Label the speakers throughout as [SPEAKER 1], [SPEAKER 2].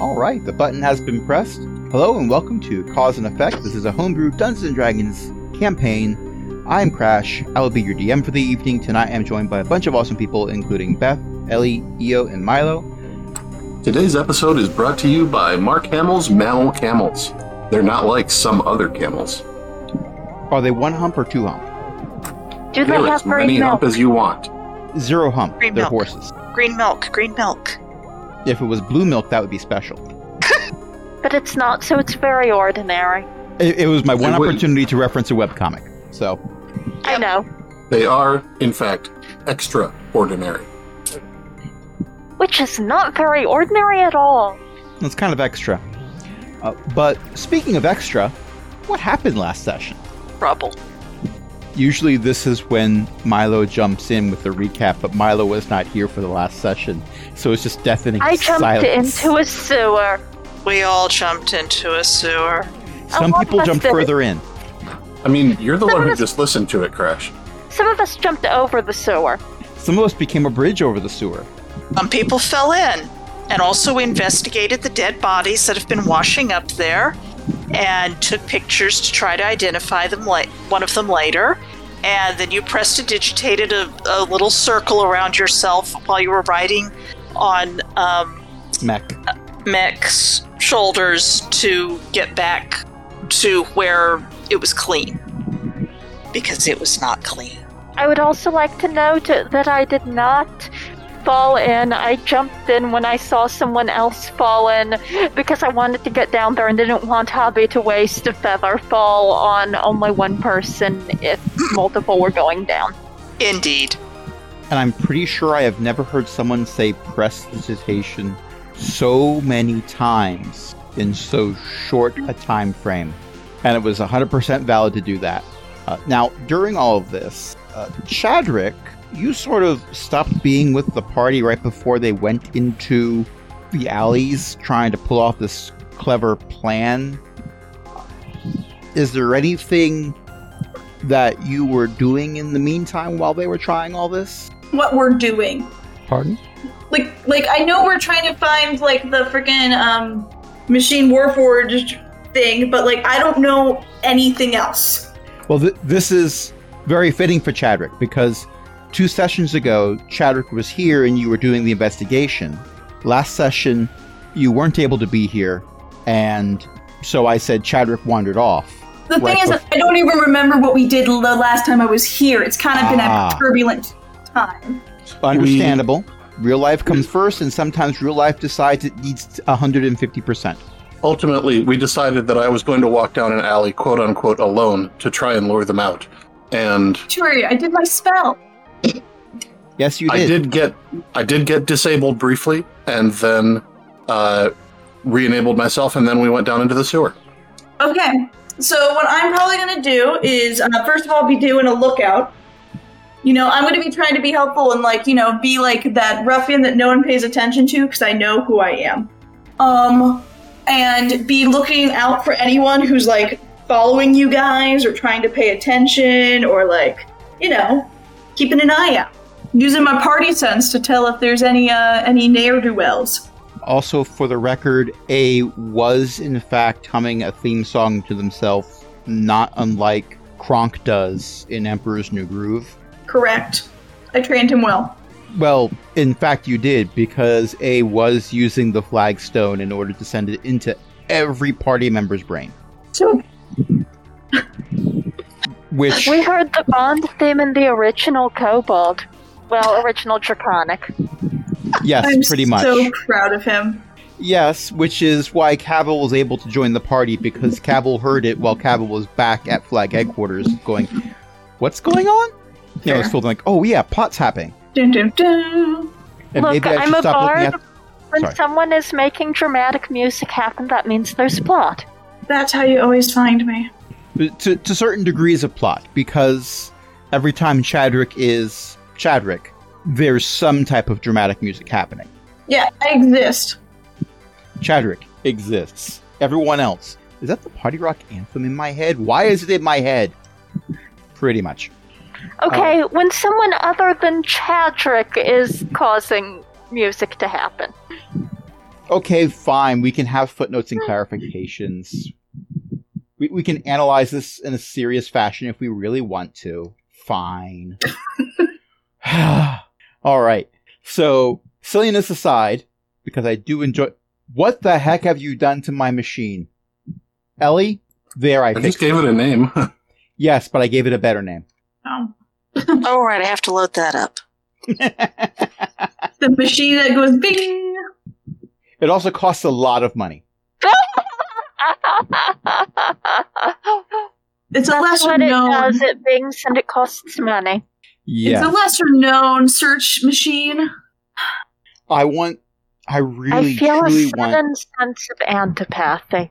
[SPEAKER 1] All right, the button has been pressed. Hello and welcome to Cause and Effect. This is a homebrew Dungeons and Dragons campaign. I'm Crash. I will be your DM for the evening. Tonight I'm joined by a bunch of awesome people, including Beth, Ellie, Io, and Milo.
[SPEAKER 2] Today's episode is brought to you by Mark Hamill's Mammal Camels. They're not like some other camels.
[SPEAKER 1] Are they one hump or two hump?
[SPEAKER 3] Do they
[SPEAKER 2] They're
[SPEAKER 3] have
[SPEAKER 2] as
[SPEAKER 3] green
[SPEAKER 2] many
[SPEAKER 3] milk?
[SPEAKER 2] hump as you want.
[SPEAKER 1] Zero hump.
[SPEAKER 4] Green
[SPEAKER 1] They're
[SPEAKER 4] milk.
[SPEAKER 1] horses.
[SPEAKER 4] Green milk, green milk.
[SPEAKER 1] If it was blue milk, that would be special.
[SPEAKER 3] but it's not, so it's very ordinary.
[SPEAKER 1] It, it was my one
[SPEAKER 2] It wouldn't.
[SPEAKER 1] opportunity to reference a webcomic. So,
[SPEAKER 3] I
[SPEAKER 4] Yep.
[SPEAKER 3] know.
[SPEAKER 2] They are, in fact, extraordinary.
[SPEAKER 3] Which is not very ordinary at all.
[SPEAKER 1] it's kind of extra. Uh, but speaking of extra, what happened last session?
[SPEAKER 4] Rubble.
[SPEAKER 1] Usually, this is when Milo jumps in with the recap, but Milo was not here for the last session, so it's just deafening
[SPEAKER 3] I jumped
[SPEAKER 1] silence.
[SPEAKER 3] into a sewer.
[SPEAKER 4] We all jumped into a sewer.
[SPEAKER 1] Some
[SPEAKER 3] lot
[SPEAKER 1] people
[SPEAKER 3] of us
[SPEAKER 1] jumped
[SPEAKER 3] did.
[SPEAKER 1] further in.
[SPEAKER 2] I mean, you're the
[SPEAKER 3] Some
[SPEAKER 2] one
[SPEAKER 3] of
[SPEAKER 2] who
[SPEAKER 3] us-
[SPEAKER 2] just listened to it, Crash.
[SPEAKER 3] Some of us jumped over the sewer.
[SPEAKER 1] Some of us became a bridge over the sewer.
[SPEAKER 4] Some people fell in. And also, we investigated the dead bodies that have been washing up there and took pictures to try to identify them la- one of them later. And then you prestidigitated a, a little circle around yourself while you were riding on um,
[SPEAKER 1] Mech.
[SPEAKER 4] Mech's shoulders to get back to where it was clean. Because it was not clean.
[SPEAKER 3] I would also like to note that I did not fall in. I jumped in when I saw someone else fall in because I wanted to get down there and didn't want Hobby to waste a feather fall on only one person if multiple were going down.
[SPEAKER 4] Indeed.
[SPEAKER 1] And I'm pretty sure I have never heard someone say prestidigitation so many times in so short a time frame. And it was 100% valid to do that. Uh, now, during all of this, uh, Chadrick, you sort of stopped being with the party right before they went into the alleys trying to pull off this clever plan. Is there anything that you were doing in the meantime while they were trying all this?
[SPEAKER 5] what we're doing.
[SPEAKER 1] Pardon?
[SPEAKER 5] Like, like I know we're trying to find like the freaking um, machine warforged thing, but like I don't know anything else.
[SPEAKER 1] Well, th- this is very fitting for Chadrick because two sessions ago, Chadrick was here and you were doing the investigation. Last session, you weren't able to be here, and so I said Chadrick wandered off.
[SPEAKER 5] The
[SPEAKER 1] Right,
[SPEAKER 5] thing is,
[SPEAKER 1] but-
[SPEAKER 5] I don't even remember what we did the last time I was here. It's kind of been
[SPEAKER 1] Ah.
[SPEAKER 5] a turbulent time.
[SPEAKER 1] Understandable. Real life comes first, and sometimes real life decides it needs 150%.
[SPEAKER 2] Ultimately, we decided that I was going to walk down an alley, quote unquote, alone to try and lure them out. And
[SPEAKER 5] Sure, I did my spell.
[SPEAKER 1] Yes, you did.
[SPEAKER 2] I did get I did get disabled briefly and then uh, re-enabled myself and then we went down into the sewer.
[SPEAKER 5] Okay, so what I'm probably gonna do is uh, first of all be doing a lookout. You know, I'm gonna be trying to be helpful and like you know be like that ruffian that no one pays attention to because I know who I am. Um, and be looking out for anyone who's like following you guys or trying to pay attention or like you know keeping an eye out. Using my party sense to tell if there's any uh, any ne'er do wells.
[SPEAKER 1] Also, for the record, A was in fact humming a theme song to themselves, not unlike Kronk does in Emperor's New Groove.
[SPEAKER 5] Correct. I trained him well.
[SPEAKER 1] Well, in fact, you did, because A was using the flagstone in order to send it into every party member's brain,
[SPEAKER 5] So
[SPEAKER 1] which
[SPEAKER 3] We heard the Bond theme in the original Kobold. Well, original Draconic.
[SPEAKER 1] yes,
[SPEAKER 5] I'm
[SPEAKER 1] pretty much.
[SPEAKER 5] so proud of him.
[SPEAKER 1] Yes, which is why Cavill was able to join the party because Cavill heard it while Cavill was back at Flag headquarters, going, "What's going on?" You know, it's
[SPEAKER 5] Fair.
[SPEAKER 1] filled like, "Oh yeah, pot's happening."
[SPEAKER 5] Dun, dun, dun.
[SPEAKER 1] And
[SPEAKER 3] Look,
[SPEAKER 1] maybe I
[SPEAKER 3] I'm
[SPEAKER 1] should
[SPEAKER 3] a
[SPEAKER 1] stop looking
[SPEAKER 3] bard.
[SPEAKER 1] at.
[SPEAKER 3] When
[SPEAKER 1] Sorry.
[SPEAKER 3] someone is making dramatic music happen, that means there's plot.
[SPEAKER 5] That's how you always find me.
[SPEAKER 1] to, to certain degrees of plot because every time Chadrick is Chadrick, there's some type of dramatic music happening.
[SPEAKER 5] Yeah, I exist.
[SPEAKER 1] Chadrick exists. Everyone else is that the party rock anthem in my head? Why is it in my head? Pretty much.
[SPEAKER 3] Okay,
[SPEAKER 1] Oh.
[SPEAKER 3] when someone other than Chadrick is causing music to happen.
[SPEAKER 1] okay, fine, we can have footnotes and clarifications. We, we can analyze this in a serious fashion if we really want to. Fine. All right. So, silliness aside, because I do enjoy. What the heck have you done to my machine? Ellie? There, I
[SPEAKER 2] I
[SPEAKER 1] think.
[SPEAKER 2] just gave it a name.
[SPEAKER 1] Yes, but I gave it a better name.
[SPEAKER 5] Oh.
[SPEAKER 4] All right, I have to load that up.
[SPEAKER 5] The machine that goes bing.
[SPEAKER 1] It also costs a lot of money.
[SPEAKER 5] It's
[SPEAKER 3] That's
[SPEAKER 5] a lesser
[SPEAKER 3] what it
[SPEAKER 5] known.
[SPEAKER 3] does. It bings and it costs money.
[SPEAKER 1] Yeah.
[SPEAKER 5] It's a lesser known search machine.
[SPEAKER 1] I want. I really,
[SPEAKER 3] I feel
[SPEAKER 1] truly
[SPEAKER 3] a
[SPEAKER 1] want.
[SPEAKER 3] sudden sense of antipathy.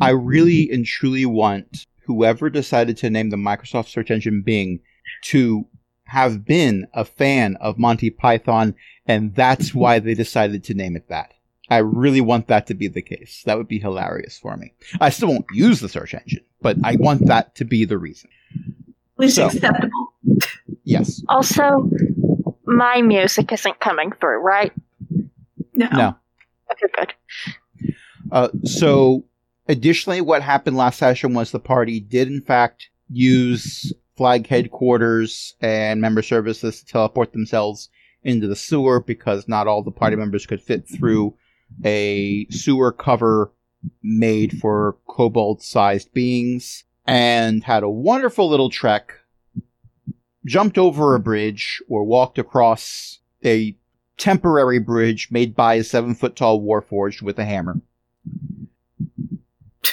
[SPEAKER 1] I really and truly want whoever decided to name the Microsoft search engine Bing to have been a fan of Monty Python, and that's why they decided to name it that. I really want that to be the case. That would be hilarious for me. I still won't use the search engine, but I want that to be the reason.
[SPEAKER 5] At least
[SPEAKER 1] So.
[SPEAKER 5] acceptable.
[SPEAKER 1] Yes.
[SPEAKER 3] Also, my music isn't coming through, right?
[SPEAKER 5] No.
[SPEAKER 1] No.
[SPEAKER 3] Okay, good.
[SPEAKER 1] Uh, so, additionally, what happened last session was the party did, in fact, use flag headquarters and member services to teleport themselves into the sewer because not all the party members could fit through a sewer cover made for kobold sized beings and had a wonderful little trek. Jumped over a bridge or walked across a temporary bridge made by a seven foot tall warforged with a hammer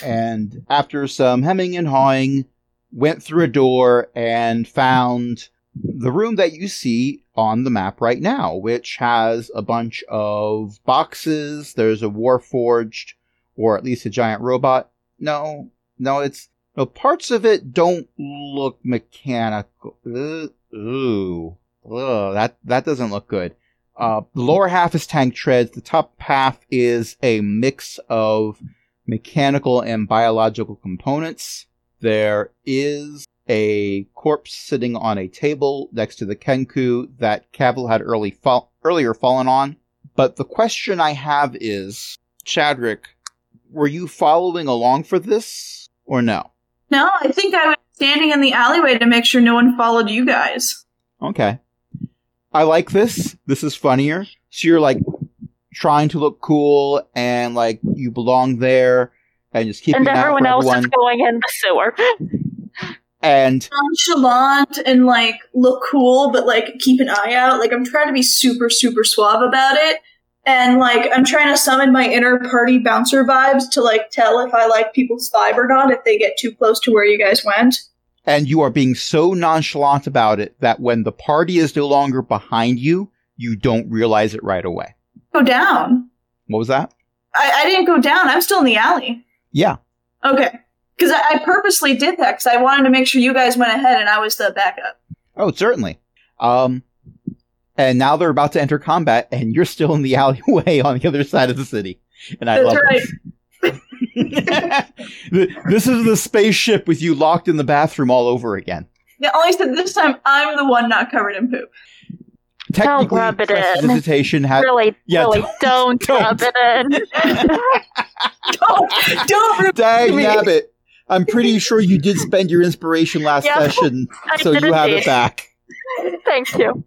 [SPEAKER 1] and after some hemming and hawing, went through a door and found the room that you see on the map right now, which has a bunch of boxes. There's a warforged, or at least a giant robot. No, no, it's no parts of it don't look mechanical. Ugh, Ooh, Ugh, that that doesn't look good. Uh, the lower half is tank treads. The top half is a mix of mechanical and biological components. There is a corpse sitting on a table next to the Kenku that Cavill had early fall- earlier fallen on. But the question I have is, Chadrick, were you following along for this or no?
[SPEAKER 5] No, I think I was standing in the alleyway to make sure no one followed you guys.
[SPEAKER 1] Okay. I like this. This is funnier. So you're like trying to look cool and like you belong there and just keeping
[SPEAKER 3] And
[SPEAKER 1] an eye out
[SPEAKER 3] everyone
[SPEAKER 1] for
[SPEAKER 3] else
[SPEAKER 1] everyone.
[SPEAKER 3] is going in the sewer.
[SPEAKER 1] and
[SPEAKER 5] Nonchalant and like look cool, but like keep an eye out. Like I'm trying to be super, super suave about it. And like I'm trying to summon my inner party bouncer vibes to like tell if I like people's vibe or not if they get too close to where you guys went.
[SPEAKER 1] and you are being so nonchalant about it that when the party is no longer behind you, you don't realize it right away.
[SPEAKER 5] Go down.
[SPEAKER 1] What was that?
[SPEAKER 5] I, I didn't go down. I'm still in the alley.
[SPEAKER 1] Yeah.
[SPEAKER 5] Okay. Because I, I purposely did that because I wanted to make sure you guys went ahead and I was the backup.
[SPEAKER 1] Oh, certainly. Um, and now they're about to enter combat, and you're still in the alleyway on the other side of the city. And I
[SPEAKER 5] That's
[SPEAKER 1] love
[SPEAKER 5] right.
[SPEAKER 1] this. Th- this is the spaceship with you locked in the bathroom all over again.
[SPEAKER 5] Yeah, only said this time I'm the one not covered in poop.
[SPEAKER 1] Technically,
[SPEAKER 3] rub it in.
[SPEAKER 1] prestidigitation ha-
[SPEAKER 3] really,
[SPEAKER 1] yeah,
[SPEAKER 3] really, don't,
[SPEAKER 1] don't.
[SPEAKER 3] rub it in.
[SPEAKER 5] Don't, don't ruin
[SPEAKER 1] Dag
[SPEAKER 5] Me.
[SPEAKER 1] nabbit. I'm pretty sure you did spend your inspiration last
[SPEAKER 3] Yeah.
[SPEAKER 1] session,
[SPEAKER 3] I
[SPEAKER 1] so
[SPEAKER 3] did
[SPEAKER 1] you have it
[SPEAKER 3] indeed.
[SPEAKER 1] back.
[SPEAKER 3] Thank you.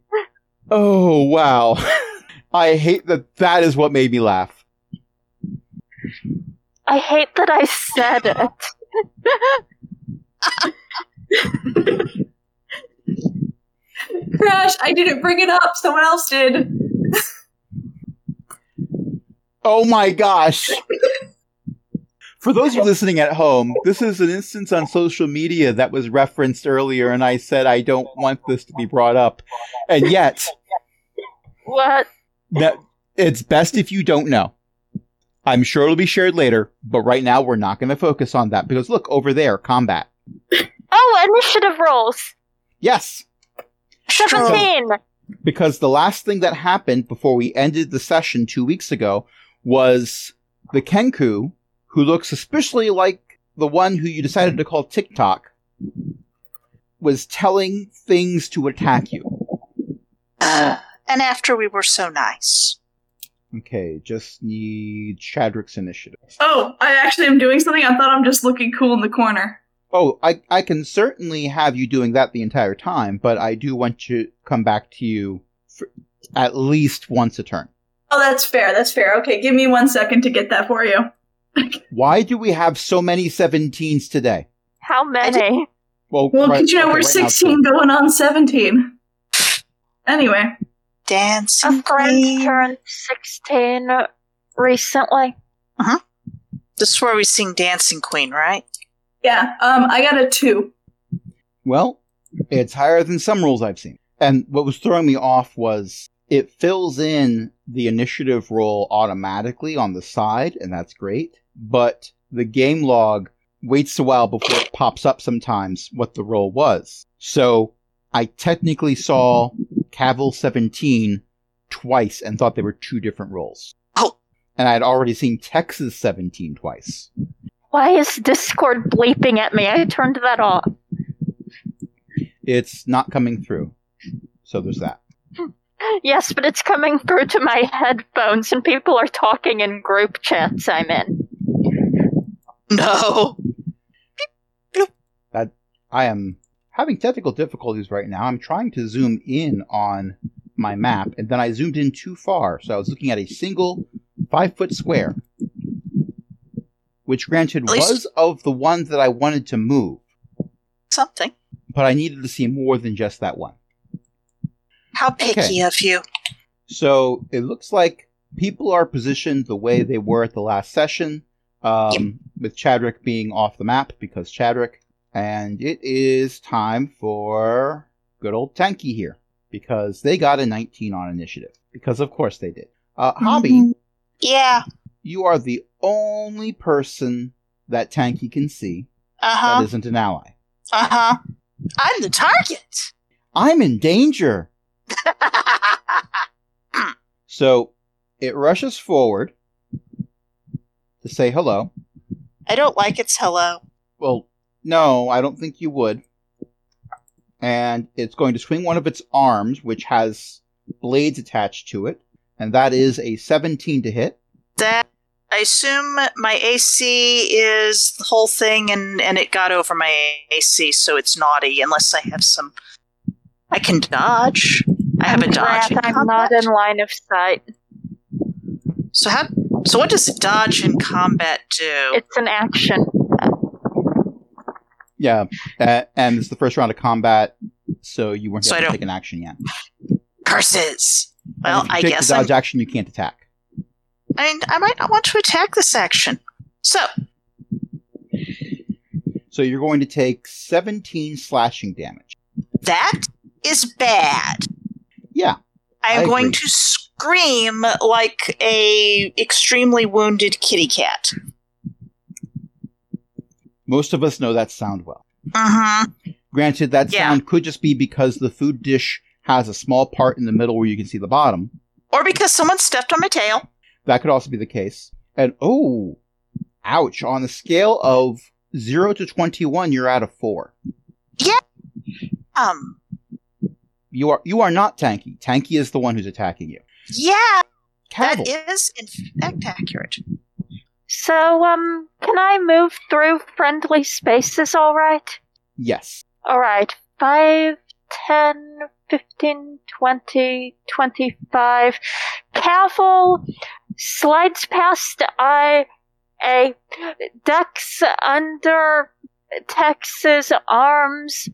[SPEAKER 1] Oh wow. I hate that that is what made me laugh.
[SPEAKER 3] I hate that I said it.
[SPEAKER 5] Crash. I didn't bring it up. Someone else did.
[SPEAKER 1] Oh my gosh. For those of you listening at home, this is an instance on social media that was referenced earlier and I said I don't want this to be brought up. And yet,
[SPEAKER 3] What?
[SPEAKER 1] that- it's best if you don't know. I'm sure it'll be shared later, but right now we're not going to focus on that because look over there, combat.
[SPEAKER 3] Oh, initiative rolls.
[SPEAKER 1] Yes.
[SPEAKER 3] 17.
[SPEAKER 1] because the last thing that happened before we ended the session two weeks ago was the Kenku, who looks suspiciously like the one who you decided to call TikTok, was telling things to attack you.
[SPEAKER 4] Uh, and after we were so nice.
[SPEAKER 1] Okay, just need Shadrick's initiative.
[SPEAKER 5] Oh, I actually am doing something. I thought I'm just looking cool in the corner.
[SPEAKER 1] Oh, I, I can certainly have you doing that the entire time, but I do want to come back to you for at least once a turn.
[SPEAKER 5] Oh, that's fair. That's fair. Okay, give me one second to get that for you.
[SPEAKER 1] Why do we have so many 17s today?
[SPEAKER 3] How many?
[SPEAKER 1] Well,
[SPEAKER 5] Well,
[SPEAKER 1] right-
[SPEAKER 5] because you know
[SPEAKER 1] okay,
[SPEAKER 5] we're
[SPEAKER 1] right now,
[SPEAKER 5] 16 going on 17. Anyway,
[SPEAKER 3] A
[SPEAKER 4] Dancing
[SPEAKER 3] friend
[SPEAKER 4] Queen.
[SPEAKER 3] turned 16 recently.
[SPEAKER 4] This is where we sing Dancing Queen, right?
[SPEAKER 5] yeah, um, I got a two.
[SPEAKER 1] Well, it's higher than some rules I've seen. And what was throwing me off was it fills in the initiative roll automatically on the side, and that's great. But the game log waits a while before it pops up sometimes what the roll was. So I technically saw Cavil 17 twice and thought they were two different rolls.
[SPEAKER 4] Oh.
[SPEAKER 1] And I had already seen Texas 17 twice.
[SPEAKER 3] Why is Discord bleeping at me? I turned that off.
[SPEAKER 1] It's not coming through. So there's that.
[SPEAKER 3] Yes, but it's coming through to my headphones, and people are talking in group chats I'm in.
[SPEAKER 4] No.
[SPEAKER 1] I am having technical difficulties right now. I'm trying to zoom in on my map, and then I zoomed in too far, so I was looking at a single five foot square, which granted
[SPEAKER 4] At least-
[SPEAKER 1] was of the one that I wanted to move,
[SPEAKER 4] Something.
[SPEAKER 1] but I needed to see more than just that one.
[SPEAKER 4] How picky
[SPEAKER 1] Okay.
[SPEAKER 4] of you.
[SPEAKER 1] So it looks like people are positioned the way they were at the last session, um, with Chadrick being off the map because Chadrick. And it is time for good old Tanky here because they got a 19 on initiative. Because of course they did. Uh, Hobby,
[SPEAKER 4] Yeah.
[SPEAKER 1] you are the only person that Tanky can see
[SPEAKER 4] Uh
[SPEAKER 1] that
[SPEAKER 4] huh.
[SPEAKER 1] isn't an ally.
[SPEAKER 4] Uh huh. I'm the target.
[SPEAKER 1] I'm in danger. So it rushes forward to say hello.
[SPEAKER 4] I don't like its hello.
[SPEAKER 1] Well, no, I don't think you would. And it's going to swing one of its arms, which has blades attached to it, and that is a 17 to hit.
[SPEAKER 4] That I assume my AC is the whole thing, and and it got over my AC, so it's naughty. Unless I have some, I can dodge. I have a dodge. in
[SPEAKER 3] Crap, I'm
[SPEAKER 4] combat.
[SPEAKER 3] not in line of sight.
[SPEAKER 4] So how? So what does dodge in combat do?
[SPEAKER 3] It's an action.
[SPEAKER 1] Yeah, uh, and it's the first round of combat, so you weren't
[SPEAKER 4] So I
[SPEAKER 1] able to
[SPEAKER 4] don't-
[SPEAKER 1] take an action yet. And
[SPEAKER 4] Curses. Well,
[SPEAKER 1] if you
[SPEAKER 4] I
[SPEAKER 1] take
[SPEAKER 4] guess
[SPEAKER 1] the dodge
[SPEAKER 4] I'm,
[SPEAKER 1] action you can't attack.
[SPEAKER 4] I, mean, I might not want to attack this action. So
[SPEAKER 1] So you're going to take 17 slashing damage.
[SPEAKER 4] that is bad.
[SPEAKER 1] Yeah,
[SPEAKER 4] I am
[SPEAKER 1] I
[SPEAKER 4] going
[SPEAKER 1] agree.
[SPEAKER 4] to scream like a extremely wounded kitty cat.
[SPEAKER 1] most of us know that sound well.
[SPEAKER 4] Mm-hmm.
[SPEAKER 1] Granted, that
[SPEAKER 4] Yeah.
[SPEAKER 1] sound could just be because the food dish has a small part in the middle where you can see the bottom.
[SPEAKER 4] Or because someone stepped on my tail.
[SPEAKER 1] That could also be the case. And oh, ouch! On the scale of zero to twenty-one, you're out of four.
[SPEAKER 4] Um.
[SPEAKER 1] You are you are not tanky. Tanky is the one who's attacking you.
[SPEAKER 4] Yeah, that
[SPEAKER 1] Cavil,
[SPEAKER 4] is in fact accurate.
[SPEAKER 3] So, um, can I move through friendly spaces alright?
[SPEAKER 1] yes.
[SPEAKER 3] Alright, 5, 10, 15, 20, 25. Cavil slides past I, a ducks under Tex's arms,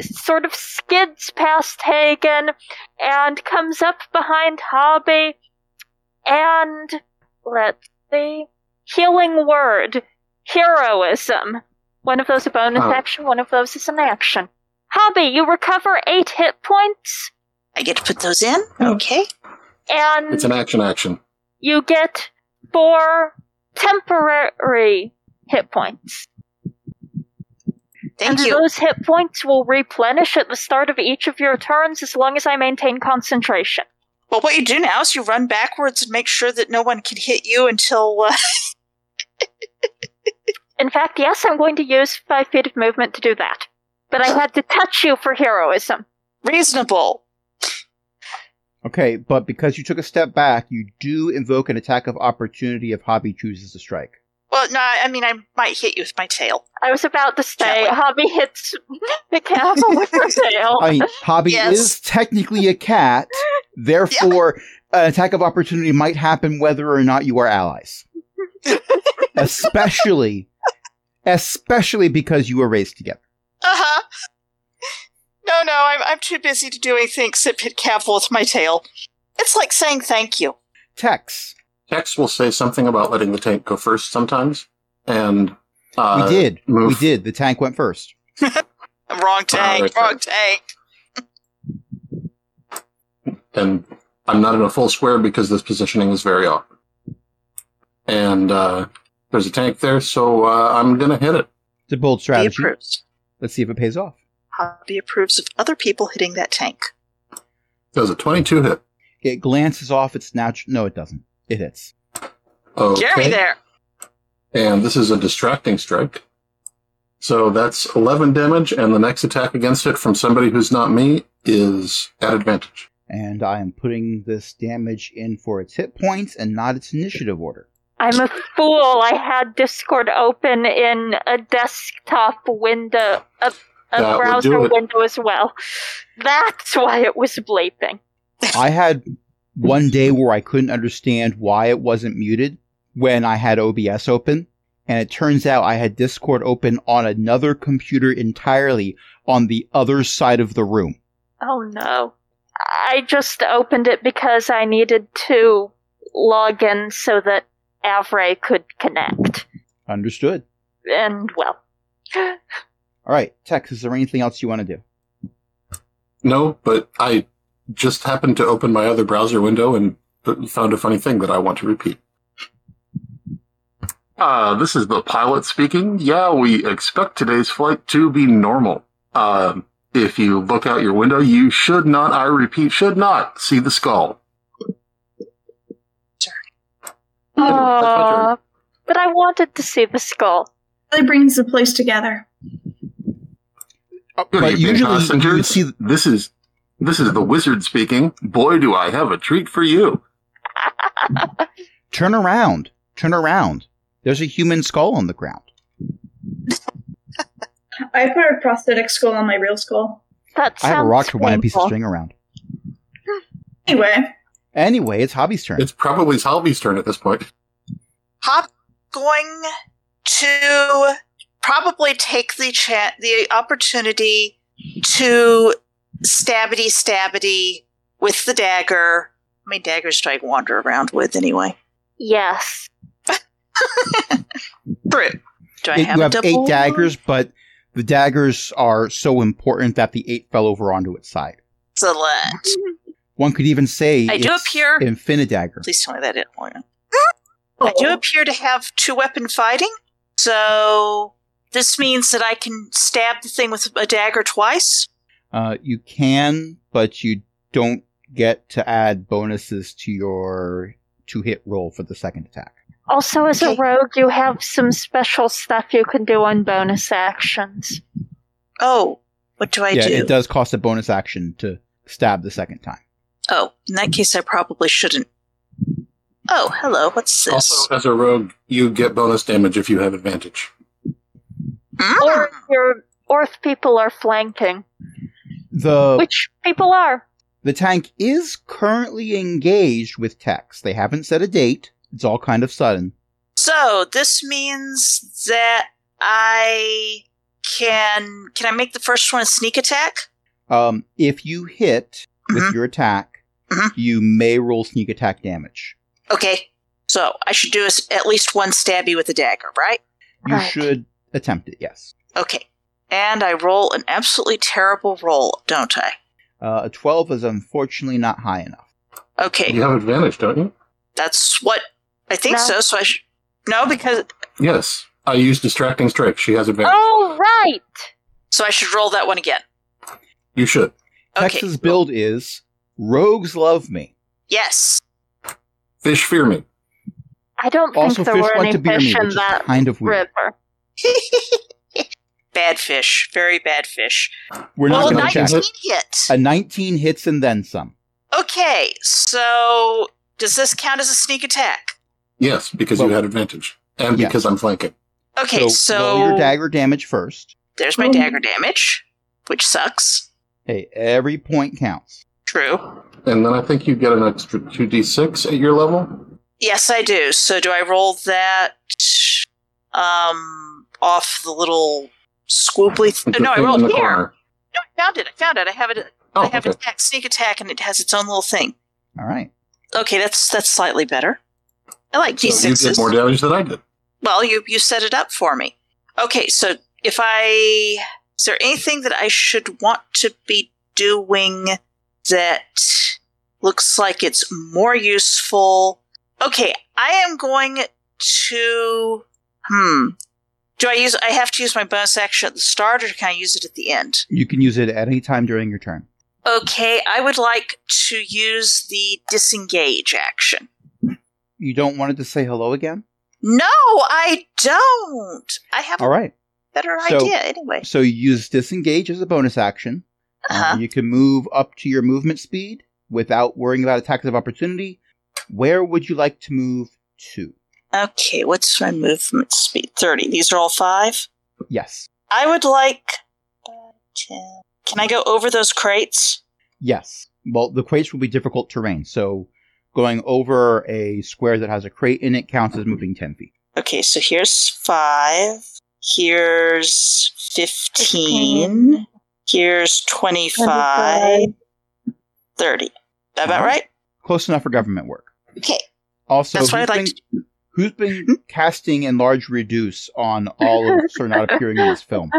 [SPEAKER 3] sort of skids past Hagen, and comes up behind Hobby, and let's see, healing word, heroism. One of those a bonus
[SPEAKER 2] Oh.
[SPEAKER 3] action, one of those is an action. Hobby, you recover eight hit points,
[SPEAKER 4] I get to put those in.
[SPEAKER 5] Oh.
[SPEAKER 4] Okay.
[SPEAKER 3] and
[SPEAKER 2] It's an action action.
[SPEAKER 3] you get four temporary hit points.
[SPEAKER 4] Thank
[SPEAKER 3] and
[SPEAKER 4] you.
[SPEAKER 3] those hit points will replenish at the start of each of your turns as long as I maintain concentration.
[SPEAKER 4] Well, what you do now is you run backwards and make sure that no one can hit you until. Uh,
[SPEAKER 3] In fact, yes, I'm going to use five feet of movement to do that. But I had to touch you for heroism.
[SPEAKER 4] reasonable.
[SPEAKER 1] Okay, but because you took a step back, you do invoke an attack of opportunity if Hobby chooses to strike.
[SPEAKER 4] Well, no, I mean, I might hit you with my tail.
[SPEAKER 3] I was about to say,
[SPEAKER 4] Can't wait.
[SPEAKER 3] Hobby hits the castle with her tail.
[SPEAKER 1] I mean, Hobby
[SPEAKER 4] Yes.
[SPEAKER 1] is technically a cat, therefore, an attack of opportunity might happen whether or not you are allies. especially, especially because you were raised together.
[SPEAKER 4] Uh huh. No, no, I'm, I'm too busy to do anything except hit Cavil with my tail. It's like saying thank you.
[SPEAKER 1] Tex,
[SPEAKER 2] Tex will say something about letting the tank go first sometimes, and uh,
[SPEAKER 1] we did, we
[SPEAKER 2] move.
[SPEAKER 1] did. The tank went first.
[SPEAKER 4] Wrong tank,
[SPEAKER 2] that's
[SPEAKER 4] wrong
[SPEAKER 2] Ah, right.
[SPEAKER 4] tank.
[SPEAKER 2] and I'm not in a full square because this positioning is very awkward. And uh, there's a tank there, so uh, I'm gonna hit it.
[SPEAKER 1] It's a bold
[SPEAKER 4] He
[SPEAKER 1] strategy.
[SPEAKER 4] approves.
[SPEAKER 1] Let's see if it pays off.
[SPEAKER 4] Hobby approves of other people hitting that tank.
[SPEAKER 2] Does a 22 hit?
[SPEAKER 1] It glances off its natural. No, it doesn't. It hits.
[SPEAKER 2] Okay.
[SPEAKER 4] Jeremy there.
[SPEAKER 2] And this is a distracting strike. So that's 11 damage, and the next attack against it from somebody who's not me is at advantage.
[SPEAKER 1] And I am putting this damage in for its hit points and not its initiative order.
[SPEAKER 3] I'm a fool. I had Discord open in a desktop window, a,
[SPEAKER 2] That
[SPEAKER 3] a
[SPEAKER 2] would
[SPEAKER 3] browser
[SPEAKER 2] do it.
[SPEAKER 3] window as well. That's why it was bleeping.
[SPEAKER 1] I had one day where I couldn't understand why it wasn't muted when I had OBS open. And it turns out I had Discord open on another computer entirely on the other side of the room.
[SPEAKER 3] Oh no. I just opened it because I needed to log in so that Avray could connect.
[SPEAKER 1] Understood.
[SPEAKER 3] And well,
[SPEAKER 1] All right, Tex, is there anything else you want to do?
[SPEAKER 2] No, but I just happened to open my other browser window and found a funny thing that I want to repeat. Uh, this is the pilot speaking. Yeah, we expect today's flight to be normal. Um, if you look out your window, you should not, I repeat, should not see the skull. that's my turn.
[SPEAKER 3] Aw, but I wanted to see the skull.
[SPEAKER 5] Really brings the place together.
[SPEAKER 2] Good
[SPEAKER 1] But
[SPEAKER 2] evening,
[SPEAKER 1] Oh, usually you would
[SPEAKER 2] passengers.
[SPEAKER 1] see.
[SPEAKER 2] this is this is the wizard speaking. Boy, do I have a treat for you.
[SPEAKER 1] Turn around. Turn around. There's a human skull on the ground.
[SPEAKER 5] I put a prosthetic skull on my real skull.
[SPEAKER 3] That
[SPEAKER 1] I have a
[SPEAKER 3] sounds
[SPEAKER 1] rock to wind a piece of
[SPEAKER 3] painful.
[SPEAKER 1] string around.
[SPEAKER 5] Anyway,
[SPEAKER 1] Anyway, it's Hobby's turn.
[SPEAKER 2] It's probably Salvi's turn at this point.
[SPEAKER 4] Hop going to probably take the chat the opportunity to stabity stabity with the dagger. How many daggers do I wander around with anyway?
[SPEAKER 3] Yes.
[SPEAKER 4] Brute. Do I
[SPEAKER 1] It-
[SPEAKER 4] have,
[SPEAKER 1] you
[SPEAKER 4] a
[SPEAKER 1] have eight
[SPEAKER 4] double?
[SPEAKER 1] daggers, but the daggers are so important that the eight fell over onto its side.
[SPEAKER 4] Excellent.
[SPEAKER 1] One could even say
[SPEAKER 4] I do
[SPEAKER 1] it's
[SPEAKER 4] appear-
[SPEAKER 1] Infinidagger.
[SPEAKER 4] Please tell me that it.
[SPEAKER 3] Oh.
[SPEAKER 4] I do appear to have two weapon fighting, so this means that I can stab the thing with a dagger twice.
[SPEAKER 1] Uh, you can, but you don't get to add bonuses to your two hit roll for the second attack.
[SPEAKER 3] Also, as a
[SPEAKER 4] Okay.
[SPEAKER 3] rogue, you have some special stuff you can do on bonus actions.
[SPEAKER 4] Oh, what do I
[SPEAKER 1] yeah,
[SPEAKER 4] do?
[SPEAKER 1] it does cost a bonus action to stab the second time.
[SPEAKER 4] Oh, in that case, I probably shouldn't. Oh, hello. What's this?
[SPEAKER 2] Also, as a rogue, you get bonus damage if you have advantage.
[SPEAKER 4] Mm.
[SPEAKER 3] Or if your or if people are flanking,
[SPEAKER 1] The
[SPEAKER 3] which people are.
[SPEAKER 1] The tank is currently engaged with Tex. They haven't set a date. It's all kind of sudden.
[SPEAKER 4] So this means that I can can I make the first one a sneak attack?
[SPEAKER 1] Um, if you hit with
[SPEAKER 4] Mhm.
[SPEAKER 1] your attack,
[SPEAKER 4] Mhm.
[SPEAKER 1] you may roll sneak attack damage.
[SPEAKER 4] Okay. So I should do s- at least one stabby with a dagger, right?
[SPEAKER 1] You
[SPEAKER 3] Right.
[SPEAKER 1] should attempt it, yes.
[SPEAKER 4] Okay. And I roll an absolutely terrible roll, don't I?
[SPEAKER 1] Uh, a 12 is unfortunately not high enough.
[SPEAKER 4] Okay.
[SPEAKER 2] You have advantage, don't you?
[SPEAKER 4] That's what I think
[SPEAKER 3] No.
[SPEAKER 4] so. So I sh- no because
[SPEAKER 2] Yes. I use distracting strike. She has advantage.
[SPEAKER 3] Oh right.
[SPEAKER 4] so I should roll that one again.
[SPEAKER 2] You should.
[SPEAKER 4] Okay.
[SPEAKER 1] Tex's build is Rogues Love Me.
[SPEAKER 4] Yes.
[SPEAKER 2] Fish fear me.
[SPEAKER 3] I don't
[SPEAKER 1] Also,
[SPEAKER 3] think there
[SPEAKER 1] fish
[SPEAKER 3] were
[SPEAKER 1] like to
[SPEAKER 3] any
[SPEAKER 1] beer me,
[SPEAKER 3] fish in
[SPEAKER 1] which is
[SPEAKER 3] that
[SPEAKER 1] kind of weird.
[SPEAKER 3] river.
[SPEAKER 4] bad fish. Very bad fish.
[SPEAKER 1] We're
[SPEAKER 4] Well,
[SPEAKER 1] not
[SPEAKER 4] a
[SPEAKER 1] going to check.
[SPEAKER 4] 19 hit.
[SPEAKER 1] A 19 hits and then some.
[SPEAKER 4] Okay, so does this count as a sneak attack?
[SPEAKER 2] Yes, because you
[SPEAKER 1] Well-
[SPEAKER 2] had advantage, and
[SPEAKER 1] Yeah.
[SPEAKER 2] because I'm flanking.
[SPEAKER 4] Okay, so,
[SPEAKER 1] roll your dagger damage first.
[SPEAKER 4] there's my
[SPEAKER 5] Oh.
[SPEAKER 4] dagger damage, which sucks.
[SPEAKER 1] Hey, every point counts.
[SPEAKER 4] True.
[SPEAKER 2] And then I think you get an extra two d six at your level.
[SPEAKER 4] Yes, I do. So do I roll that um off the little swooply?
[SPEAKER 2] It's
[SPEAKER 4] Th-
[SPEAKER 2] a
[SPEAKER 4] Uh, no, I
[SPEAKER 2] thing
[SPEAKER 4] rolled
[SPEAKER 2] in the
[SPEAKER 4] here.
[SPEAKER 2] corner.
[SPEAKER 4] No, I found it. I found it. I have it.
[SPEAKER 2] Oh,
[SPEAKER 4] I have
[SPEAKER 2] okay.
[SPEAKER 4] an attack, sneak attack, and it has its own little thing.
[SPEAKER 1] All right.
[SPEAKER 4] Okay, that's that's slightly better. I like d
[SPEAKER 2] So you
[SPEAKER 4] sixes.
[SPEAKER 2] did more damage than I did.
[SPEAKER 4] Well, you you set it up for me. Okay, so if I is there anything that I should want to be doing that looks like it's more useful? Okay, I am going to hmm. Do I use I have to use my bonus action at the start or can I use it at the end?
[SPEAKER 1] You can use it at any time during your turn.
[SPEAKER 4] Okay, I would like to use the disengage action.
[SPEAKER 1] You don't want it to say hello again?
[SPEAKER 4] No, I don't. I have
[SPEAKER 1] All
[SPEAKER 4] a
[SPEAKER 1] right.
[SPEAKER 4] better
[SPEAKER 1] So-
[SPEAKER 4] idea anyway.
[SPEAKER 1] So you use disengage as a bonus action.
[SPEAKER 4] Uh-huh.
[SPEAKER 1] Uh, you can move up to your movement speed without worrying about attacks of opportunity. Where would you like to move to?
[SPEAKER 4] Okay, what's my movement speed? 30. These are all five.
[SPEAKER 1] Yes.
[SPEAKER 4] I would like. five, 10. Can I go over those crates?
[SPEAKER 1] Yes. Well, the crates will be difficult terrain, so going over a square that has a crate in it counts as moving 10 feet.
[SPEAKER 4] Okay, so here's five. Here's 15. Here's 25. 30. That about
[SPEAKER 1] Alright.
[SPEAKER 4] right?
[SPEAKER 1] Close enough for government work.
[SPEAKER 4] Okay.
[SPEAKER 1] Also,
[SPEAKER 4] That's what
[SPEAKER 1] who's
[SPEAKER 4] I'd like Hmm?
[SPEAKER 1] been, who's been casting enlarge reduce on all of us who are not appearing in this film?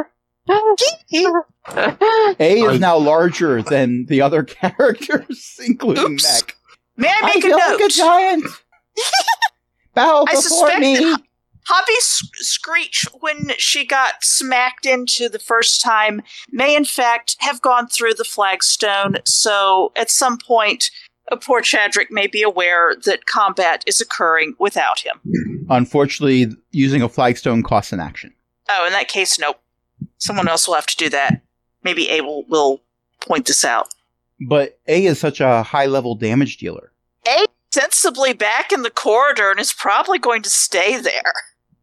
[SPEAKER 1] A
[SPEAKER 2] I-
[SPEAKER 1] is now larger than the other characters, including
[SPEAKER 4] Oops.
[SPEAKER 1] Mech.
[SPEAKER 4] May I make a
[SPEAKER 1] feel
[SPEAKER 4] note?
[SPEAKER 1] like a giant. Bow
[SPEAKER 4] I
[SPEAKER 1] before
[SPEAKER 4] suspect
[SPEAKER 1] me.
[SPEAKER 4] that Hobby s- Screech, when she got smacked into the first time, may in fact have gone through the flagstone, so at some point, a poor Chadrick may be aware that combat is occurring without him.
[SPEAKER 1] Unfortunately, using a flagstone costs an action.
[SPEAKER 4] Oh, in that case, nope. Someone else will have to do that. Maybe Abel will point this out.
[SPEAKER 1] But A is such a high level damage dealer.
[SPEAKER 4] Sensibly back in the corridor and is probably going to stay there.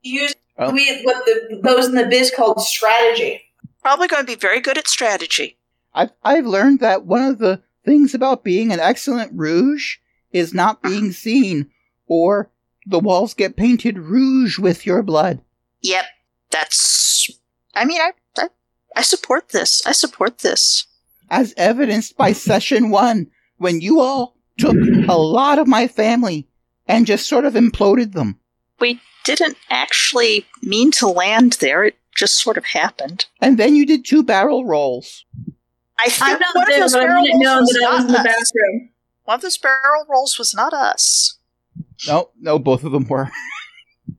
[SPEAKER 5] Use
[SPEAKER 1] Oh.
[SPEAKER 5] we what the those in the biz called strategy.
[SPEAKER 4] Probably going to be very good at strategy.
[SPEAKER 1] I've, I've learned that one of the things about being an excellent rouge is not being seen, or the walls get painted rouge with your blood.
[SPEAKER 4] Yep. That's. I mean, I, I, I support this. I support this.
[SPEAKER 1] as evidenced by session one, when you all took a lot of my family and just sort of imploded them.
[SPEAKER 4] Didn't actually mean to land there. It just sort of happened.
[SPEAKER 1] And then you did two barrel rolls.
[SPEAKER 4] I think
[SPEAKER 5] I'm not
[SPEAKER 4] one
[SPEAKER 5] there,
[SPEAKER 4] of those
[SPEAKER 5] but
[SPEAKER 4] barrel
[SPEAKER 5] I didn't know
[SPEAKER 4] rolls was
[SPEAKER 5] that I was
[SPEAKER 4] not
[SPEAKER 5] in the
[SPEAKER 4] us.
[SPEAKER 5] bathroom.
[SPEAKER 4] One of those barrel rolls was not us.
[SPEAKER 1] No, no, both of them were.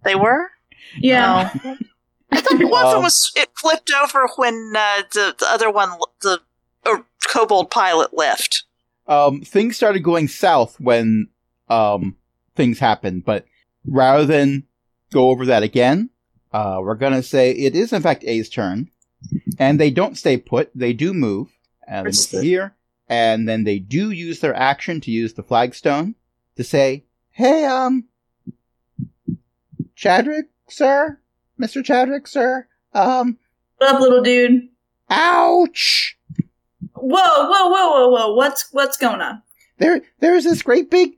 [SPEAKER 4] They were.
[SPEAKER 5] Yeah.
[SPEAKER 4] No. I thought one of them
[SPEAKER 1] Um,
[SPEAKER 4] was. It flipped over when uh, the the other one, the uh, kobold pilot, left.
[SPEAKER 1] Um, things started going south when um, things happened, but rather than go over that again, uh, we're going to say it is, in fact, A's turn. And they don't stay put, they do move. Uh, they move
[SPEAKER 4] Where's
[SPEAKER 1] to
[SPEAKER 4] the-
[SPEAKER 1] here. And then they do use their action to use the flagstone to say, hey, um, Chadrick, sir, Mr. Chadrick, sir, um,
[SPEAKER 5] What up, little dude?
[SPEAKER 1] ouch!
[SPEAKER 5] Whoa, whoa, whoa, whoa, whoa. What's what's going on?
[SPEAKER 1] there there's this great big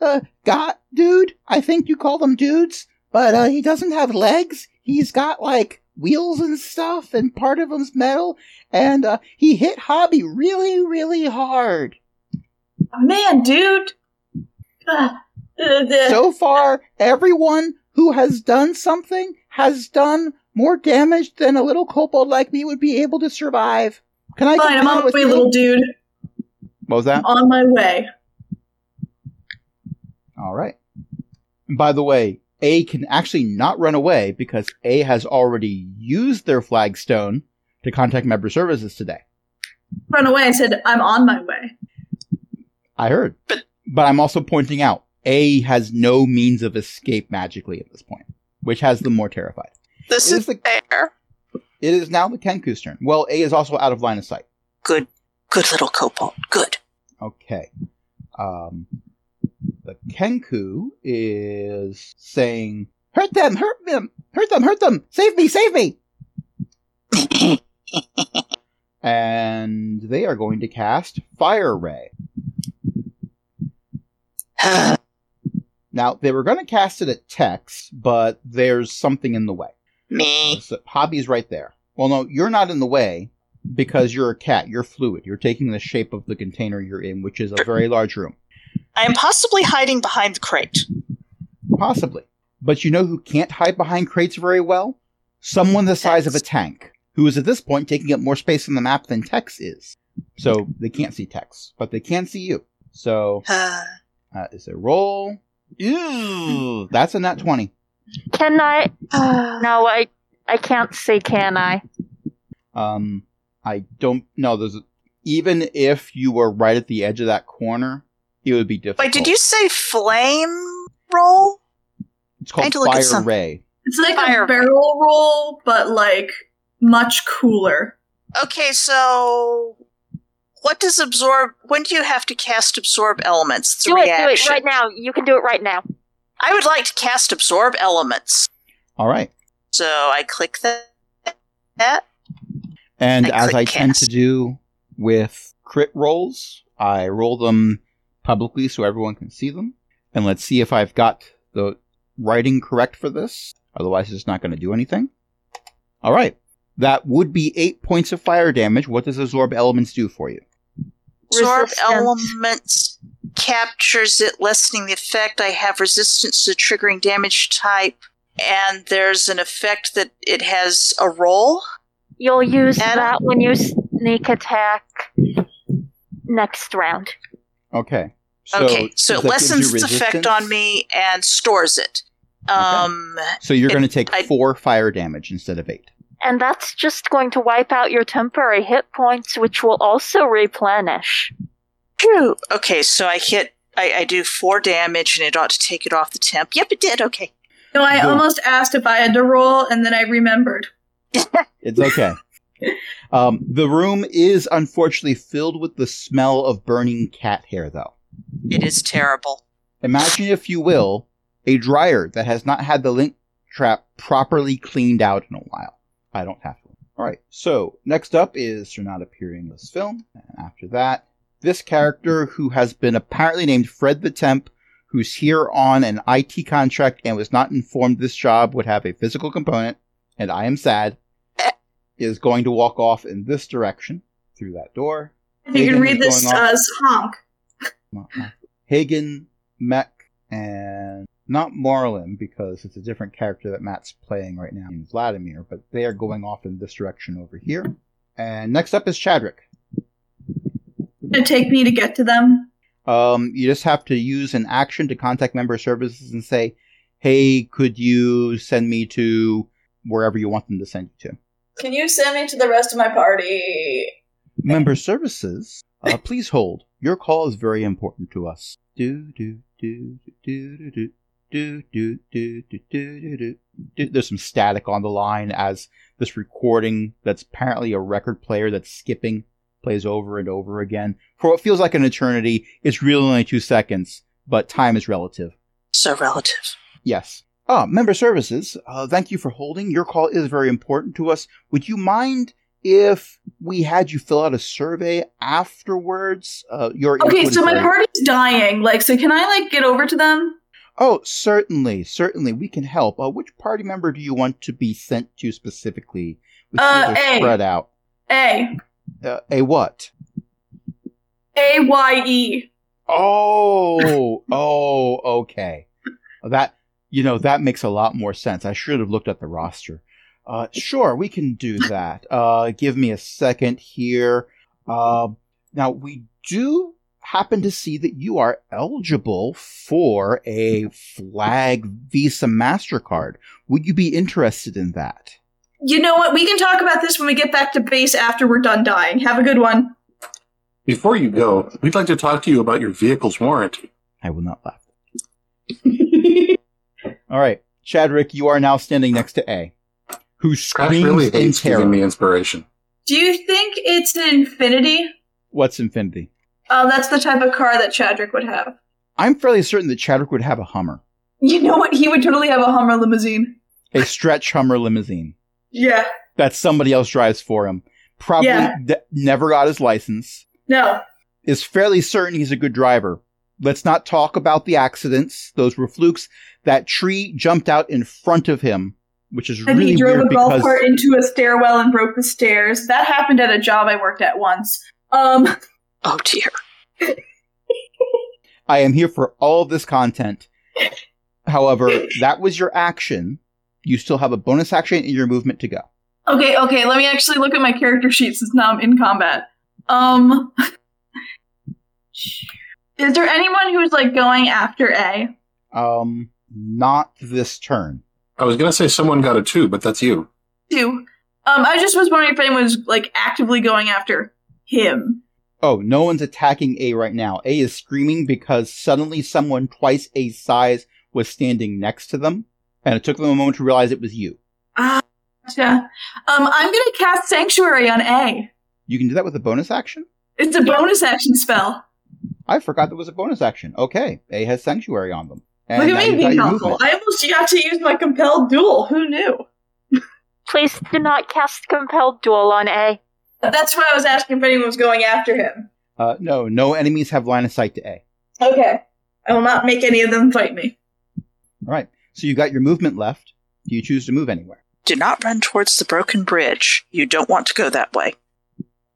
[SPEAKER 1] uh got dude i think you call them dudes but uh he doesn't have legs he's got like wheels and stuff and part of him's metal and uh he hit hobby really really hard
[SPEAKER 5] Man, dude. Ah, uh, the-
[SPEAKER 1] so far everyone who has done something has done more damage than a little kobold like me would be able to survive can i
[SPEAKER 5] Fine, I'm
[SPEAKER 1] compete
[SPEAKER 5] on my
[SPEAKER 1] with
[SPEAKER 5] way,
[SPEAKER 1] you?
[SPEAKER 5] little dude.
[SPEAKER 1] what was that
[SPEAKER 5] On my way.
[SPEAKER 1] All right. And by the way, A can actually not run away because A has already used their flagstone to contact member services today.
[SPEAKER 5] Run away. I said, I'm on my way.
[SPEAKER 1] I heard.
[SPEAKER 4] But-
[SPEAKER 1] But I'm also pointing out A has no means of escape magically at this point, which has them more terrified.
[SPEAKER 4] This
[SPEAKER 1] It
[SPEAKER 4] is
[SPEAKER 1] is the-
[SPEAKER 4] fair.
[SPEAKER 1] It is now the Kenku's turn. Well, A is also out of line of sight.
[SPEAKER 4] Good, good little kobold. Good.
[SPEAKER 1] Okay. Um, the Kenku is saying, "Hurt them! Hurt them! Hurt them! Hurt them! Save me! Save me!" and they are going to cast Fire Ray. Now they were going to cast it at Tex, but there's something in the way.
[SPEAKER 4] Me.
[SPEAKER 1] So Hobby's right there. Well, no, you're not in the way because you're a cat. You're fluid. You're taking the shape of the container you're in, which is a very large room.
[SPEAKER 4] I am possibly hiding behind the crate.
[SPEAKER 1] Possibly. But you know who can't hide behind crates very well? Someone the size of a tank, who is at this point taking up more space on the map than Tex is. So they can't see Tex, but they can see you. So
[SPEAKER 4] Uh,
[SPEAKER 1] that is a roll. Ew. That's a nat 20.
[SPEAKER 3] Can I?
[SPEAKER 4] uh,
[SPEAKER 3] No, I I can't see. Can I?
[SPEAKER 1] Um, I don't know. There's even if you were right at the edge of that corner, it would be difficult.
[SPEAKER 4] wait, did you say flame roll?
[SPEAKER 1] It's
[SPEAKER 4] I
[SPEAKER 1] called
[SPEAKER 4] had to look at
[SPEAKER 1] fire
[SPEAKER 4] some-
[SPEAKER 1] ray.
[SPEAKER 5] It's like
[SPEAKER 4] Fire.
[SPEAKER 5] a barrel roll, but like much cooler.
[SPEAKER 4] Okay, so what does absorb? When do you have to cast absorb elements? It's a
[SPEAKER 3] Do it, do it
[SPEAKER 4] reaction.
[SPEAKER 3] right now. You can do it right now.
[SPEAKER 4] I would like to cast absorb elements.
[SPEAKER 1] All right.
[SPEAKER 4] So I click that. that.
[SPEAKER 1] And
[SPEAKER 4] I
[SPEAKER 1] as
[SPEAKER 4] click
[SPEAKER 1] I tend to
[SPEAKER 4] cast.
[SPEAKER 1] do with crit rolls, I roll them publicly so everyone can see them. And let's see if I've got the writing correct for this. Otherwise, it's not going to do anything. All right. That would be eight points of fire damage. What does absorb elements do for you?
[SPEAKER 4] Absorb
[SPEAKER 3] Resistance.
[SPEAKER 4] elements captures it, lessening the effect. I have resistance to triggering damage type, and there's an effect that it has a roll.
[SPEAKER 3] You'll use
[SPEAKER 4] Adam?
[SPEAKER 3] that when you sneak attack next round.
[SPEAKER 1] Okay.
[SPEAKER 4] okay, so
[SPEAKER 1] does that give
[SPEAKER 4] it
[SPEAKER 1] you
[SPEAKER 4] lessens the effect on
[SPEAKER 1] resistance?
[SPEAKER 4] me and stores it. Um,
[SPEAKER 1] So you're
[SPEAKER 4] It-
[SPEAKER 1] going to take
[SPEAKER 4] I-
[SPEAKER 1] four fire damage instead of eight.
[SPEAKER 3] And that's just going to wipe out your temporary hit points, which will also replenish.
[SPEAKER 4] Phew. Okay, so I hit. I, I do four damage, and it ought to take it off the temp. Yep, it did. Okay.
[SPEAKER 5] No, I
[SPEAKER 1] Cool.
[SPEAKER 5] almost asked if I had to roll, and then I remembered.
[SPEAKER 1] It's okay. um, the room is unfortunately filled with the smell of burning cat hair, though.
[SPEAKER 4] It is terrible.
[SPEAKER 1] Imagine, if you will, a dryer that has not had the link trap properly cleaned out in a while. I don't have to. All right. So next up is you're not appearing in this film, and after that, this character who has been apparently named Fred the Temp, who's here on an IT contract and was not informed this job would have a physical component, and I am sad, is going to walk off in this direction through that door.
[SPEAKER 5] If you can
[SPEAKER 1] Anything
[SPEAKER 5] read
[SPEAKER 1] that's
[SPEAKER 5] this
[SPEAKER 1] going on?
[SPEAKER 5] uh, honk.
[SPEAKER 1] Hagen, Mech, and not Marlin because it's a different character that Matt's playing right now in Vladimir, but they are going off in this direction over here. And next up is Chadrick.
[SPEAKER 5] It'd take me to get to them.
[SPEAKER 1] Um, you just have to use an action to contact member services and say, "Hey, could you send me to wherever you want them to send you to?"
[SPEAKER 5] Can you send me to the rest of my party?
[SPEAKER 1] Member services, uh, please hold. Your call is very important to us. Do do do do do do do do do do do do do. do. There's some static on the line as this recording, that's apparently a record player that's skipping, plays over and over again for what feels like an eternity. It's really only two seconds, but time is relative.
[SPEAKER 4] So relative.
[SPEAKER 1] Yes. Ah, member services, uh, thank you for holding. Your call is very important to us. Would you mind if we had you fill out a survey afterwards? Uh, your
[SPEAKER 5] Okay,
[SPEAKER 1] input
[SPEAKER 5] so
[SPEAKER 1] is
[SPEAKER 5] my
[SPEAKER 1] very-
[SPEAKER 5] party's dying. Like, so can I like get over to them?
[SPEAKER 1] Oh, certainly, certainly, we can help. Uh, which party member do you want to be sent to specifically? We
[SPEAKER 5] Uh,
[SPEAKER 1] see they're
[SPEAKER 5] A.
[SPEAKER 1] spread out.
[SPEAKER 5] A
[SPEAKER 1] Uh, a what?
[SPEAKER 5] A Y E.
[SPEAKER 1] Oh, oh, okay. That you know that makes a lot more sense. I should have looked at the roster. Uh, sure, we can do that. Uh, give me a second here. Uh, now we do happen to see that you are eligible for a flag Visa Mastercard. Would you be interested in that?
[SPEAKER 5] You know what? We can talk about this when we get back to base after we're done dying. Have a good one.
[SPEAKER 2] Before you go, we'd like to talk to you about your vehicle's warranty.
[SPEAKER 1] I will not laugh. All right, Chadrick, you are now standing next to A, who
[SPEAKER 2] Crash
[SPEAKER 1] screams
[SPEAKER 2] really
[SPEAKER 1] in
[SPEAKER 2] hates
[SPEAKER 1] terror.
[SPEAKER 2] giving me inspiration.
[SPEAKER 5] Do you think it's an infinity?
[SPEAKER 1] What's infinity?
[SPEAKER 5] Uh, that's the type of car that Chadrick would have.
[SPEAKER 1] I'm fairly certain that Chadwick would have a Hummer,
[SPEAKER 5] You know what? He would totally have a Hummer limousine.
[SPEAKER 1] a stretch Hummer limousine
[SPEAKER 5] Yeah.
[SPEAKER 1] that somebody else drives for him. Probably
[SPEAKER 5] Yeah.
[SPEAKER 1] th- never got his license.
[SPEAKER 5] No.
[SPEAKER 1] Is fairly certain he's a good driver. Let's not talk about the accidents; those were flukes. That tree jumped out in front of him, which is
[SPEAKER 5] And
[SPEAKER 1] really
[SPEAKER 5] he drove
[SPEAKER 1] weird
[SPEAKER 5] a golf
[SPEAKER 1] because
[SPEAKER 5] cart into a stairwell and broke the stairs. That happened at a job I worked at once. Um,
[SPEAKER 4] Oh dear.
[SPEAKER 1] I am here for all of this content. However, that was your action. You still have a bonus action in your movement to go.
[SPEAKER 5] okay, okay, let me actually look at my character sheet since now I'm in combat. Um, is there anyone who's like going after A?
[SPEAKER 1] Um, not this turn.
[SPEAKER 2] I was going to say someone got a two, but that's you.
[SPEAKER 5] Two. Um, I just was wondering if anyone was like actively going after him.
[SPEAKER 1] Oh, no one's attacking A right now. A is screaming because suddenly someone twice A's size was standing next to them, and it took them a moment to realize it was you.
[SPEAKER 5] Yeah. Ah, Um, I'm gonna cast Sanctuary on A.
[SPEAKER 1] You can do that with a bonus action?
[SPEAKER 5] It's a bonus action spell.
[SPEAKER 1] I forgot that was a bonus action. Okay, A has sanctuary on them. And
[SPEAKER 5] Look
[SPEAKER 1] now
[SPEAKER 5] at me
[SPEAKER 1] you've got
[SPEAKER 5] being
[SPEAKER 1] your
[SPEAKER 5] helpful.
[SPEAKER 1] movement.
[SPEAKER 5] I almost got to use my compelled duel. Who knew?
[SPEAKER 3] Please do not cast compelled duel on A.
[SPEAKER 5] That's why I was asking if anyone was going after him.
[SPEAKER 1] Uh, no, no enemies have line of sight to A.
[SPEAKER 5] Okay. I will not make any of them fight me.
[SPEAKER 1] All right, so you've got your movement left. Do you choose to move anywhere?
[SPEAKER 4] Do not run towards the broken bridge. You don't want to go that way.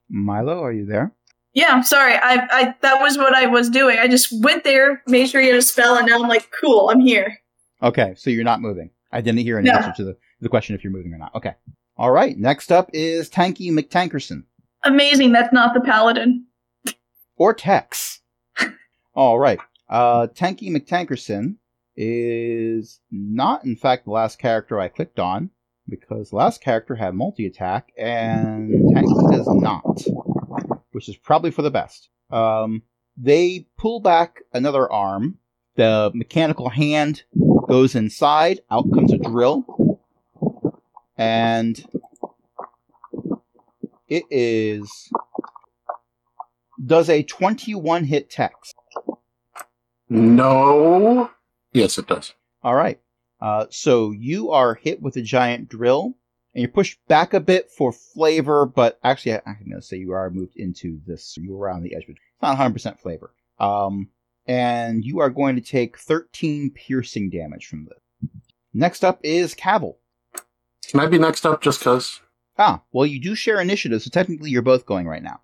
[SPEAKER 1] Milo, are you there?
[SPEAKER 5] Yeah, I'm sorry. I, I that was what I was doing. I just went there, made sure he had a spell, and now I'm like, cool, I'm here.
[SPEAKER 1] Okay, so you're not moving. I didn't hear an
[SPEAKER 5] No.
[SPEAKER 1] answer to the, the question if you're moving or not. Okay. All right, next up is Tanky McTankerson
[SPEAKER 5] Amazing. That's not the paladin.
[SPEAKER 1] or Tex. All right. Uh, Tanky McTankerson is not, in fact, the last character I clicked on because the last character had multi attack and Tanky does not, which is probably for the best. Um, they pull back another arm. The mechanical hand goes inside. Out comes a drill. And it is does a 21 hit text.
[SPEAKER 2] No. Yes, it does.
[SPEAKER 1] All right. Uh, so you are hit with a giant drill, and you're pushed back a bit for flavor, but actually, I, I'm going to say you are moved into this. You were on the edge, but it's not 100% flavor. Um, and you are going to take 13 piercing damage from this. Next up is Cavil.
[SPEAKER 2] Can I be next up just because?
[SPEAKER 1] Ah, well, you do share initiative, so technically you're both going right now.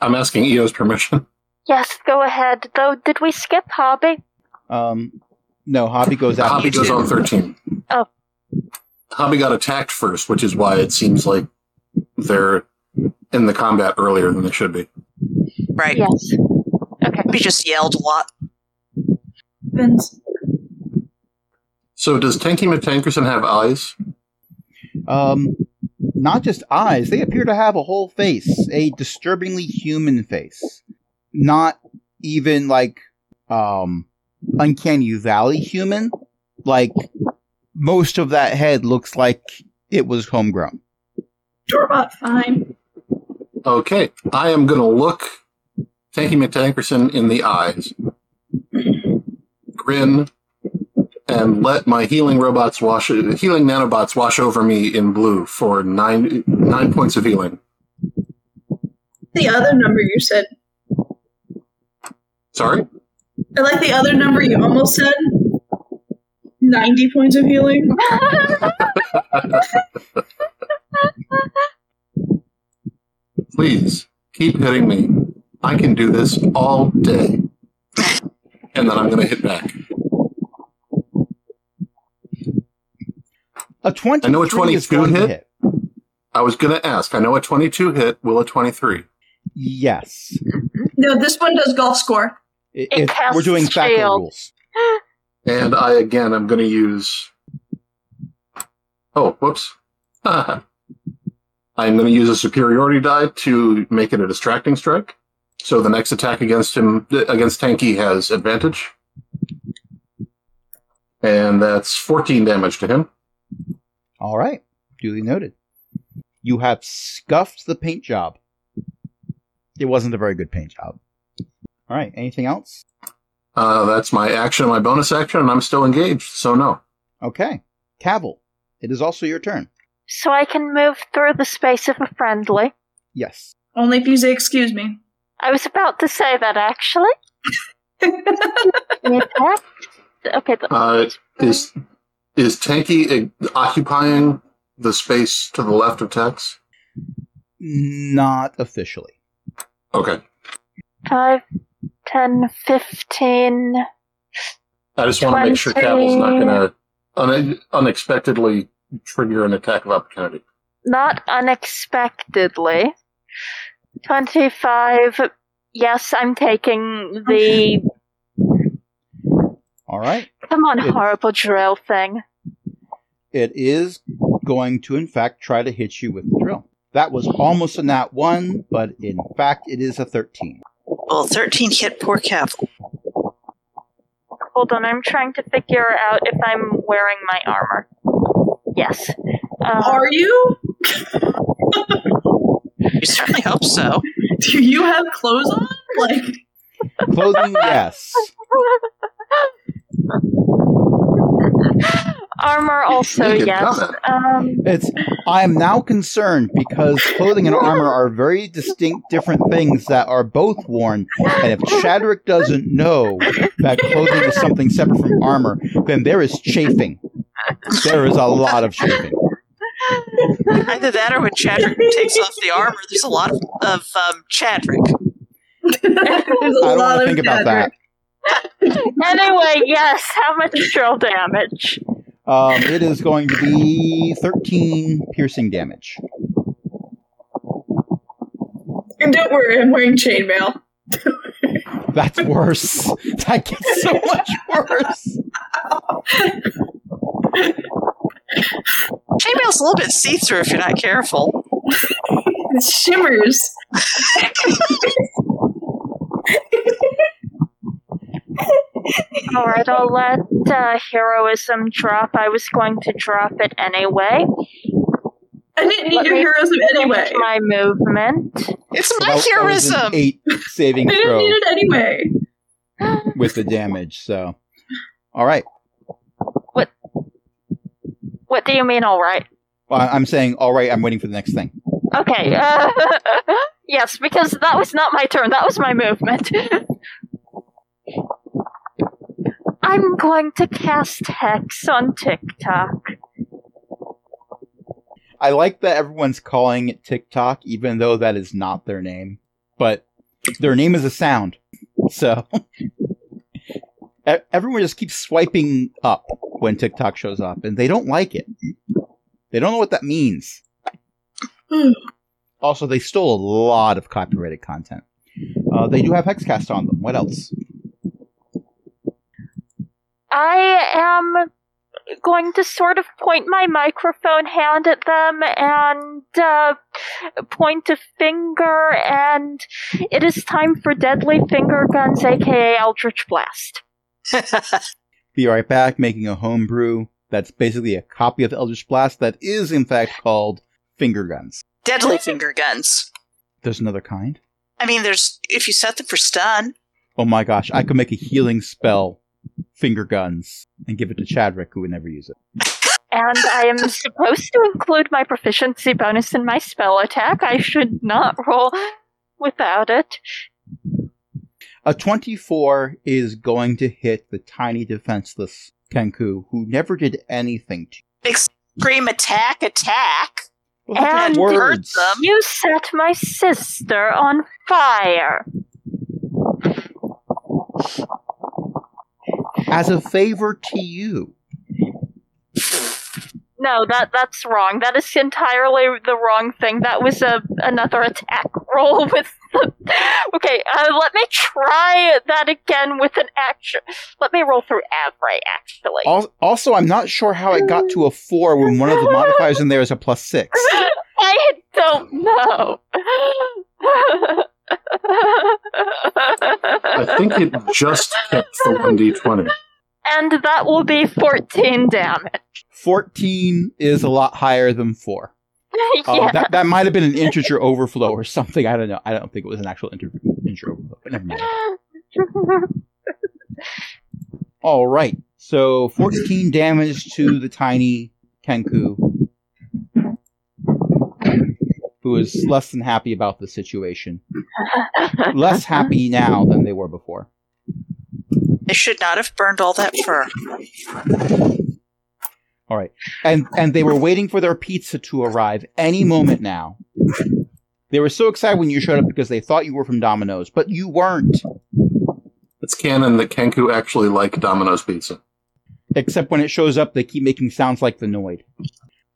[SPEAKER 2] I'm asking EO's permission.
[SPEAKER 3] Yes, go ahead. Though, did we skip Hobby?
[SPEAKER 1] Um, no, Hobby goes after
[SPEAKER 2] Hobby
[SPEAKER 1] you.
[SPEAKER 2] goes on 13.
[SPEAKER 3] Oh.
[SPEAKER 2] Hobby got attacked first, which is why it seems like they're in the combat earlier than they should be.
[SPEAKER 4] Right.
[SPEAKER 3] Yes. Okay.
[SPEAKER 4] We just yelled a lot.
[SPEAKER 5] Vince.
[SPEAKER 2] So does Tanky McTankerson have eyes?
[SPEAKER 1] Um, not just eyes, they appear to have a whole face, a disturbingly human face. Not even like um uncanny valley human. Like most of that head looks like it was homegrown.
[SPEAKER 5] Dorbot, fine.
[SPEAKER 2] Okay, I am going to look Tanky McTankerson in the eyes, grin, and let my healing robots wash, healing nanobots wash over me in blue for nine nine points of healing.
[SPEAKER 5] The other number you said.
[SPEAKER 2] Sorry,
[SPEAKER 5] I like the other number you almost said. 90 points of healing.
[SPEAKER 2] please keep hitting me. I can do this all day, and then I'm going to hit back.
[SPEAKER 1] A twenty
[SPEAKER 2] I know a 22
[SPEAKER 1] is going to
[SPEAKER 2] hit.
[SPEAKER 1] hit.
[SPEAKER 2] I was going to ask. I know a 22 hit. Will a 23?
[SPEAKER 1] Yes.
[SPEAKER 5] No, this one does golf score.
[SPEAKER 1] I-
[SPEAKER 3] It
[SPEAKER 1] if
[SPEAKER 3] casts
[SPEAKER 1] we're doing factor
[SPEAKER 3] shield.
[SPEAKER 1] rules.
[SPEAKER 2] And I again, I'm going to use. Oh, whoops. I'm going to use a superiority die to make it a distracting strike. So the next attack against him, against Tanky, has advantage. And that's 14 damage to him.
[SPEAKER 1] All right. Duly noted. You have scuffed the paint job. It wasn't a very good paint job. All right. Anything else?
[SPEAKER 2] Uh, that's my action, my bonus action, and I'm still engaged, so no.
[SPEAKER 1] Okay. Cavil, it is also your turn.
[SPEAKER 3] So I can move through the space of a friendly.
[SPEAKER 1] Yes.
[SPEAKER 5] Only if you say excuse me.
[SPEAKER 3] I was about to say that actually. Yeah. okay, but
[SPEAKER 2] Uh, is is Tanky uh, occupying the space to the left of Tex?
[SPEAKER 1] Not officially.
[SPEAKER 2] Okay.
[SPEAKER 3] 5, 10, 15.
[SPEAKER 2] I just want to make sure Cavil's not going to un- unexpectedly trigger an attack of opportunity.
[SPEAKER 3] Not unexpectedly. 25. Yes, I'm taking the.
[SPEAKER 1] All right.
[SPEAKER 3] Come on,
[SPEAKER 1] It's-
[SPEAKER 3] horrible drill thing.
[SPEAKER 1] It is going to, in fact, try to hit you with the drill. That was almost a nat one, but in fact, it is a 13.
[SPEAKER 4] Well, 13 hit poor Cavil.
[SPEAKER 3] Hold on, I'm trying to figure out if I'm wearing my armor. Yes. Um,
[SPEAKER 5] Are you?
[SPEAKER 4] You certainly hope so.
[SPEAKER 5] Do you have clothes on? Like,
[SPEAKER 1] Clothing, yes.
[SPEAKER 3] armor also,
[SPEAKER 2] Naked
[SPEAKER 3] yes.
[SPEAKER 2] comment.
[SPEAKER 3] Um,
[SPEAKER 1] It's. I am now concerned because clothing and armor are very distinct, different things that are both worn. And if Shadrick doesn't know that clothing is something separate from armor, then there is chafing. There is a lot of chafing.
[SPEAKER 4] Either that or when Chadrick takes off the armor, there's a lot of, of um, Chadrick.
[SPEAKER 5] there's a
[SPEAKER 1] I don't
[SPEAKER 5] lot
[SPEAKER 1] want to
[SPEAKER 5] of
[SPEAKER 1] think about that.
[SPEAKER 3] anyway, yes, how much drill damage?
[SPEAKER 1] Um, it is going to be 13 piercing damage.
[SPEAKER 5] And don't worry, I'm wearing chainmail.
[SPEAKER 1] That's worse. That gets so much worse.
[SPEAKER 4] Chainmail's a little bit see through if you're not careful.
[SPEAKER 5] It shimmers.
[SPEAKER 3] Alright, I'll let uh, heroism drop. I was going to drop it anyway.
[SPEAKER 5] I didn't need
[SPEAKER 3] Let
[SPEAKER 5] your
[SPEAKER 3] me-
[SPEAKER 5] heroism anyway.
[SPEAKER 3] Change my movement.
[SPEAKER 4] It's
[SPEAKER 1] So that- that
[SPEAKER 4] my
[SPEAKER 1] was an
[SPEAKER 4] heroism!
[SPEAKER 1] Eight saving
[SPEAKER 5] I didn't
[SPEAKER 1] throw
[SPEAKER 5] need it anyway.
[SPEAKER 1] with the damage. So, all right.
[SPEAKER 3] What do you mean, alright?
[SPEAKER 1] Well, I- I'm saying all right. I'm waiting for the next thing.
[SPEAKER 3] Okay. Uh, yes, because that was not my turn. That was my movement. I'm going to cast Hex on TikTok.
[SPEAKER 1] I like that everyone's calling it TikTok, even though that is not their name, but their name is a sound. So e- everyone just keeps swiping up when TikTok shows up, and they don't like it. They don't know what that means.
[SPEAKER 5] Hmm.
[SPEAKER 1] also, they stole a lot of copyrighted content. Uh, they do have Hexcast on them. What else?
[SPEAKER 3] I am going to sort of point my microphone hand at them and uh, point a finger, and it is time for Deadly Finger Guns, aka Eldritch Blast.
[SPEAKER 1] Be right back, making a homebrew that's basically a copy of Eldritch Blast that is, in fact, called Finger Guns.
[SPEAKER 4] Deadly finger guns.
[SPEAKER 1] There's another kind.
[SPEAKER 4] I mean, there's if you set them for stun,
[SPEAKER 1] Oh my gosh, I could make a healing spell, finger guns, and give it to Chadrick, who would never use it.
[SPEAKER 3] And I am supposed to include my proficiency bonus in my spell attack. I should not roll without it.
[SPEAKER 1] A 24 is going to hit the tiny defenseless Kenku, who never did anything to
[SPEAKER 4] scream attack, attack.
[SPEAKER 1] you. Well, those are
[SPEAKER 3] And-
[SPEAKER 1] words.
[SPEAKER 4] Hurt them.
[SPEAKER 3] You set my sister on fire.
[SPEAKER 1] As a favor to you.
[SPEAKER 3] No, that that's wrong. That is entirely the wrong thing. That was a another attack roll with the. Okay, uh, let me try that again with an action. Let me roll through Avray actually.
[SPEAKER 1] Al- Also, I'm not sure how it got to a four when one of the modifiers in there is a plus six.
[SPEAKER 3] I don't know.
[SPEAKER 2] I think it just kept the 1d20.
[SPEAKER 3] and that will be 14 damage.
[SPEAKER 1] 14 is a lot higher than four. Oh,
[SPEAKER 3] yeah.
[SPEAKER 1] that, that might have been an integer overflow or something. I don't know. I don't think it was an actual integer, integer overflow, but never mind. All right. So 14 damage to the tiny Kenku, who is less than happy about the situation. Less happy now than they were before.
[SPEAKER 4] I should not have burned all that fur.
[SPEAKER 1] All right. And and they were waiting for their pizza to arrive any moment now. They were so excited when you showed up because they thought you were from Domino's, but you weren't,
[SPEAKER 2] It's canon that Kenku actually like Domino's pizza.
[SPEAKER 1] except when it shows up they keep making sounds like the Noid.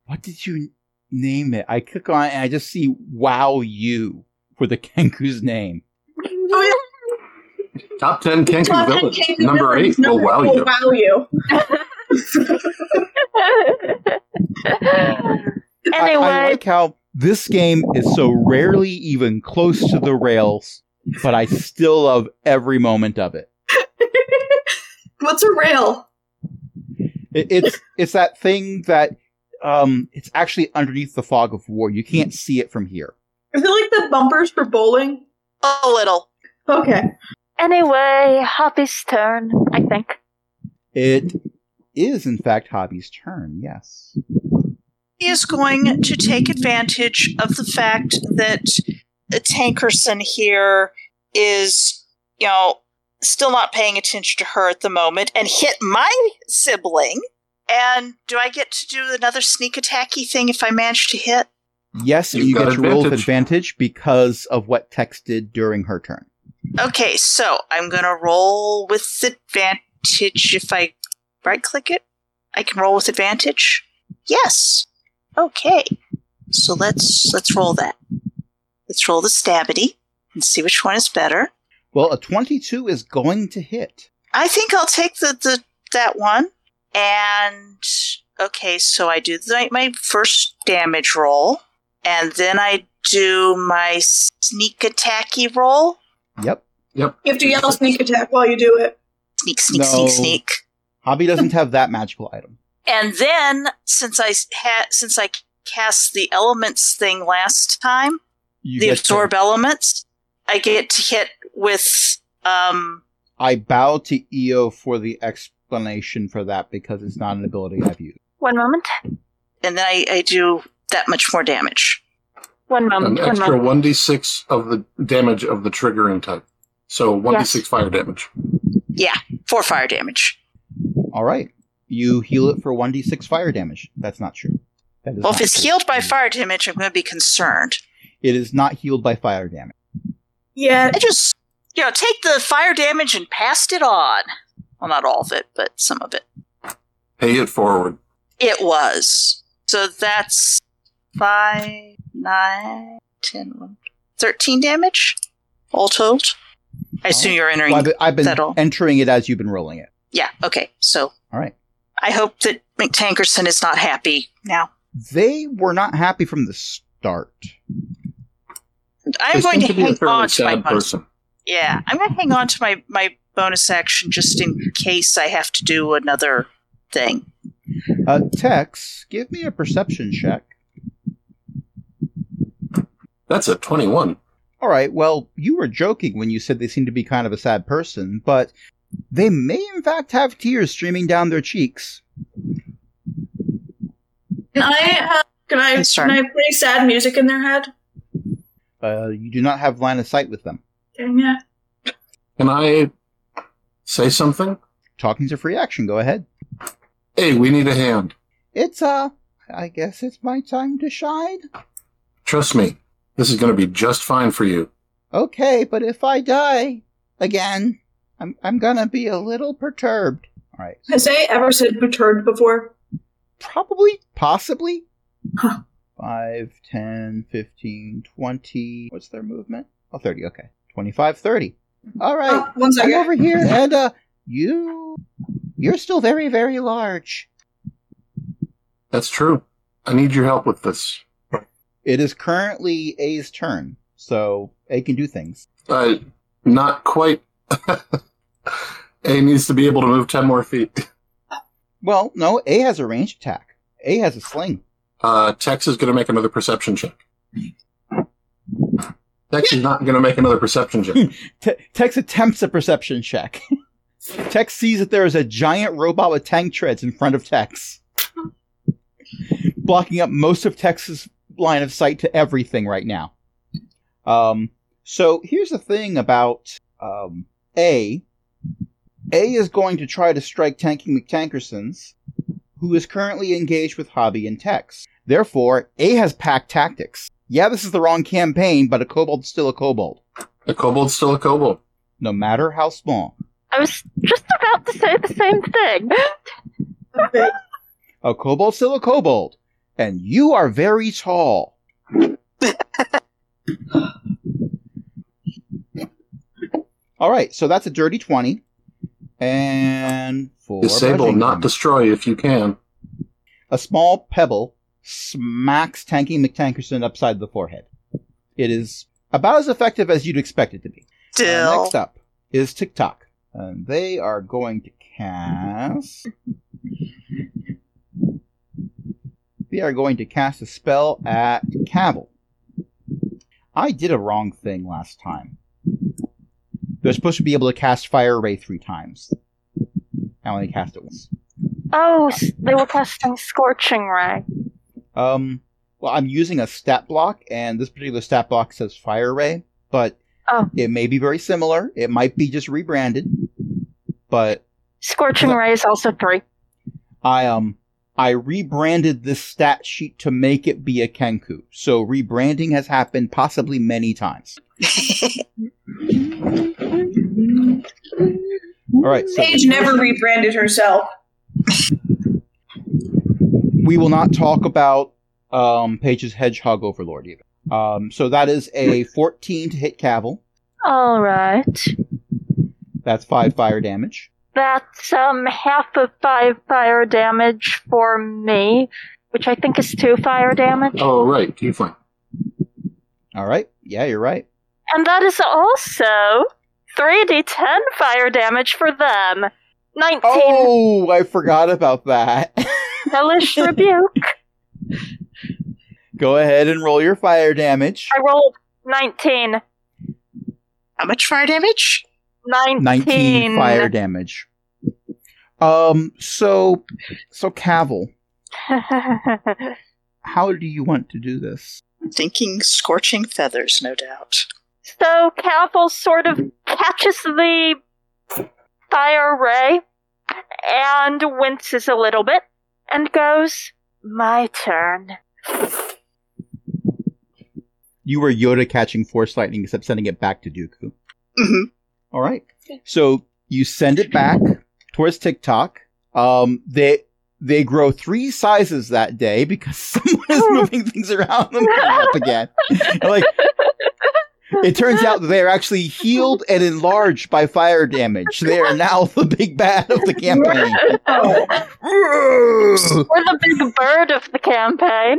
[SPEAKER 1] What did you name it? I click on it and I just see wow you for the Kenku's name.
[SPEAKER 5] Oh, yeah.
[SPEAKER 2] Top ten Kenku
[SPEAKER 5] Top ten
[SPEAKER 2] village
[SPEAKER 5] Kenku
[SPEAKER 2] number
[SPEAKER 5] villains.
[SPEAKER 2] eight. will wow
[SPEAKER 5] eight
[SPEAKER 2] you.
[SPEAKER 5] will wow you.
[SPEAKER 1] I-
[SPEAKER 3] anyway,
[SPEAKER 1] I, like how this game is so rarely even close to the rails, but I still love every moment of it.
[SPEAKER 5] What's a rail?
[SPEAKER 1] it it's it's that thing that um, it's actually underneath the fog of war. You can't see it from here.
[SPEAKER 5] Is it like the bumpers for bowling?
[SPEAKER 4] A little.
[SPEAKER 5] Okay.
[SPEAKER 3] anyway, Hoppy's turn, I think.
[SPEAKER 1] It is, in fact, Hobby's turn. Yes.
[SPEAKER 4] He is going to take advantage of the fact that Tankerson here is, you know, still not paying attention to her at the moment and hit my sibling. And do I get to do another sneak attacky thing if I manage to hit?
[SPEAKER 1] Yes,
[SPEAKER 2] You've
[SPEAKER 1] you
[SPEAKER 2] got
[SPEAKER 1] get to roll with
[SPEAKER 2] advantage.
[SPEAKER 1] advantage because of what Tex did during her turn.
[SPEAKER 4] Okay, so I'm gonna roll with advantage if I right click it. I can roll with advantage. Yes. Okay. So let's let's roll that. Let's roll the stabity and see which one is better.
[SPEAKER 1] Well, a twenty-two is going to hit.
[SPEAKER 4] I think I'll take the, the that one. And okay, so I do the, my first damage roll, and then I do my sneak attacky roll.
[SPEAKER 1] Yep.
[SPEAKER 5] You have to yell sneak attack while you do it.
[SPEAKER 4] Sneak, sneak,
[SPEAKER 1] No.
[SPEAKER 4] sneak, sneak.
[SPEAKER 1] Hobby doesn't have that magical item.
[SPEAKER 4] And then since I had since I cast the elements thing last time,
[SPEAKER 1] You
[SPEAKER 4] the
[SPEAKER 1] get to-
[SPEAKER 4] absorb elements, I get to hit with um
[SPEAKER 1] I bow to Io for the explanation for that because it's not an ability I've used.
[SPEAKER 3] One moment.
[SPEAKER 4] and then I, I do that much more damage.
[SPEAKER 3] One
[SPEAKER 4] Um,
[SPEAKER 2] An
[SPEAKER 3] moment. One
[SPEAKER 2] extra
[SPEAKER 3] moment.
[SPEAKER 2] one d six of the damage of the triggering type. So one d six fire damage.
[SPEAKER 4] Four fire damage.
[SPEAKER 1] All right. You heal it for 1d6 fire damage. That's not true. That is
[SPEAKER 4] Well if
[SPEAKER 1] not
[SPEAKER 4] it's
[SPEAKER 1] true.
[SPEAKER 4] healed by fire damage, I'm gonna be concerned.
[SPEAKER 1] It is not healed by fire damage.
[SPEAKER 5] Yeah.
[SPEAKER 4] I just you know, take the fire damage and passed it on. Well not all of it, but some of it.
[SPEAKER 2] Pay it forward.
[SPEAKER 4] It was. So that's five, nine, ten, one, thirteen damage all told. I assume you're entering.
[SPEAKER 1] Well, I've, I've been
[SPEAKER 4] Settle.
[SPEAKER 1] entering it as you've been rolling it.
[SPEAKER 4] yeah, okay. So
[SPEAKER 1] All right.
[SPEAKER 4] I hope that McTankerson is not happy now.
[SPEAKER 1] They were not happy from the start.
[SPEAKER 4] I'm
[SPEAKER 2] They
[SPEAKER 4] going
[SPEAKER 2] seem
[SPEAKER 4] to,
[SPEAKER 2] be a
[SPEAKER 4] hang
[SPEAKER 2] fairly
[SPEAKER 4] on to my
[SPEAKER 2] sad
[SPEAKER 4] bonus.
[SPEAKER 2] person.
[SPEAKER 4] Yeah, I'm going to hang on to my, my bonus action just in case I have to do another thing.
[SPEAKER 1] Uh, Tex, give me a perception check.
[SPEAKER 2] That's a twenty one.
[SPEAKER 1] All right. Well, you were joking when you said they seem to be kind of a sad person, but they may in fact have tears streaming down their cheeks.
[SPEAKER 5] Can I, uh, can I,
[SPEAKER 4] It's turn.
[SPEAKER 5] can I play sad music in their head?
[SPEAKER 1] Uh, you do not have line of sight with them.
[SPEAKER 5] Dang it.
[SPEAKER 2] Can I say something?
[SPEAKER 1] Talking's a free action. Go ahead.
[SPEAKER 2] Hey, we need a hand.
[SPEAKER 1] It's uh, I guess it's my time to shine.
[SPEAKER 2] Trust me, this is going to be just fine for you.
[SPEAKER 1] Okay, but if I die again, I'm I'm gonna be a little perturbed. All right.
[SPEAKER 5] Has I ever said perturbed before?
[SPEAKER 1] Probably, possibly.
[SPEAKER 5] Huh.
[SPEAKER 1] Five, ten, fifteen, twenty. What's their movement? Oh, 30. Okay. 25, 30. All right.
[SPEAKER 5] Oh, one
[SPEAKER 1] I'm
[SPEAKER 5] second.
[SPEAKER 1] over here, and uh, you, you're still very, very large.
[SPEAKER 2] That's true. I need your help with this.
[SPEAKER 1] It is currently A's turn, so A can do things.
[SPEAKER 2] Uh, not quite. A needs to be able to move 10 more feet.
[SPEAKER 1] Well, no, A has a ranged attack. A has a sling.
[SPEAKER 2] Uh, Tex is going to make another perception check. Dex is not going to make another perception check.
[SPEAKER 1] Te- Tex attempts a perception check. Tex sees that there is a giant robot with tank treads in front of Tex, blocking up most of Tex's line of sight to everything right now. Um, so here's the thing about um, A. A is going to try to strike Tanky McTankersons, who is currently engaged with Hobby and Tex. Therefore, A has packed tactics. Yeah, this is the wrong campaign, but a kobold's still a kobold,
[SPEAKER 2] A kobold's still a kobold.
[SPEAKER 1] no matter how small.
[SPEAKER 3] I was just about to say the same thing.
[SPEAKER 1] A kobold's still a kobold, and you are very tall. All right, so that's a dirty twenty, and for
[SPEAKER 2] Disable,
[SPEAKER 1] bludgeoning
[SPEAKER 2] not
[SPEAKER 1] damage.
[SPEAKER 2] destroy if you can.
[SPEAKER 1] a small pebble smacks Tanky McTankerson upside the forehead. It is about as effective as you'd expect it to be. Uh,
[SPEAKER 4] Dill.
[SPEAKER 1] next up is TikTok. And they are going to cast. They are going to cast a spell at Cavil. I did a wrong thing last time. They're supposed to be able to cast Fire Ray three times. I only cast it once.
[SPEAKER 3] Oh, s- they were casting Scorching Ray.
[SPEAKER 1] Um, well, I'm using a stat block, and this particular stat block says Fire Ray, but
[SPEAKER 3] Oh.
[SPEAKER 1] it may be very similar. It might be just rebranded, but
[SPEAKER 3] Scorching Ray is also three.
[SPEAKER 1] I um I rebranded this stat sheet to make it be a Kenku. So rebranding has happened possibly many times. All right, so
[SPEAKER 5] Paige never rebranded herself.
[SPEAKER 1] we will not talk about um Paige's Hedgehog Overlord either. Um, so that is a 14 to hit Cavil.
[SPEAKER 3] All right.
[SPEAKER 1] That's five fire damage.
[SPEAKER 3] That's um half of five fire damage for me, which I think is two fire damage.
[SPEAKER 2] Oh, right. You fine.
[SPEAKER 1] All right, yeah, you're right.
[SPEAKER 3] And that is also 3d10 fire damage for them. 19
[SPEAKER 1] Oh, I forgot about that.
[SPEAKER 3] hellish rebuke.
[SPEAKER 1] Go ahead and roll your fire damage.
[SPEAKER 3] I rolled 19.
[SPEAKER 4] How much fire damage?
[SPEAKER 3] 19.
[SPEAKER 1] 19 fire damage. Um, so, so Cavil, how do you want to do this?
[SPEAKER 4] Thinking scorching feathers, no doubt.
[SPEAKER 3] so Cavil sort of catches the fire ray and winces a little bit and goes, My turn.
[SPEAKER 1] You were Yoda catching Force Lightning, except sending it back to Dooku.
[SPEAKER 4] hmm
[SPEAKER 1] All right. So you send it back towards TikTok. Um, they they grow three sizes that day because someone is moving things around them up again. And, like it turns out that they are actually healed and enlarged by fire damage. They are now the big bad of the campaign.
[SPEAKER 5] Oh.
[SPEAKER 3] We're the big bird of the campaign.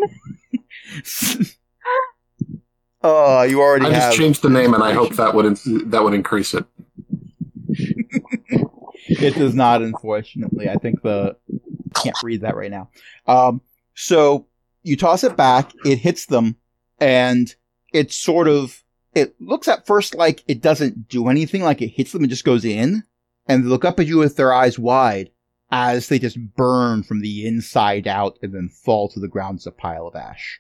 [SPEAKER 1] oh, you already
[SPEAKER 2] I
[SPEAKER 1] have.
[SPEAKER 2] just changed the name, and I hope that would in- that would increase it.
[SPEAKER 1] it does not, unfortunately. I think the can't read that right now. Um, so you toss it back, it hits them, and it sort of it looks at first like it doesn't do anything, like it hits them and just goes in, and they look up at you with their eyes wide as they just burn from the inside out and then fall to the ground as a pile of ash.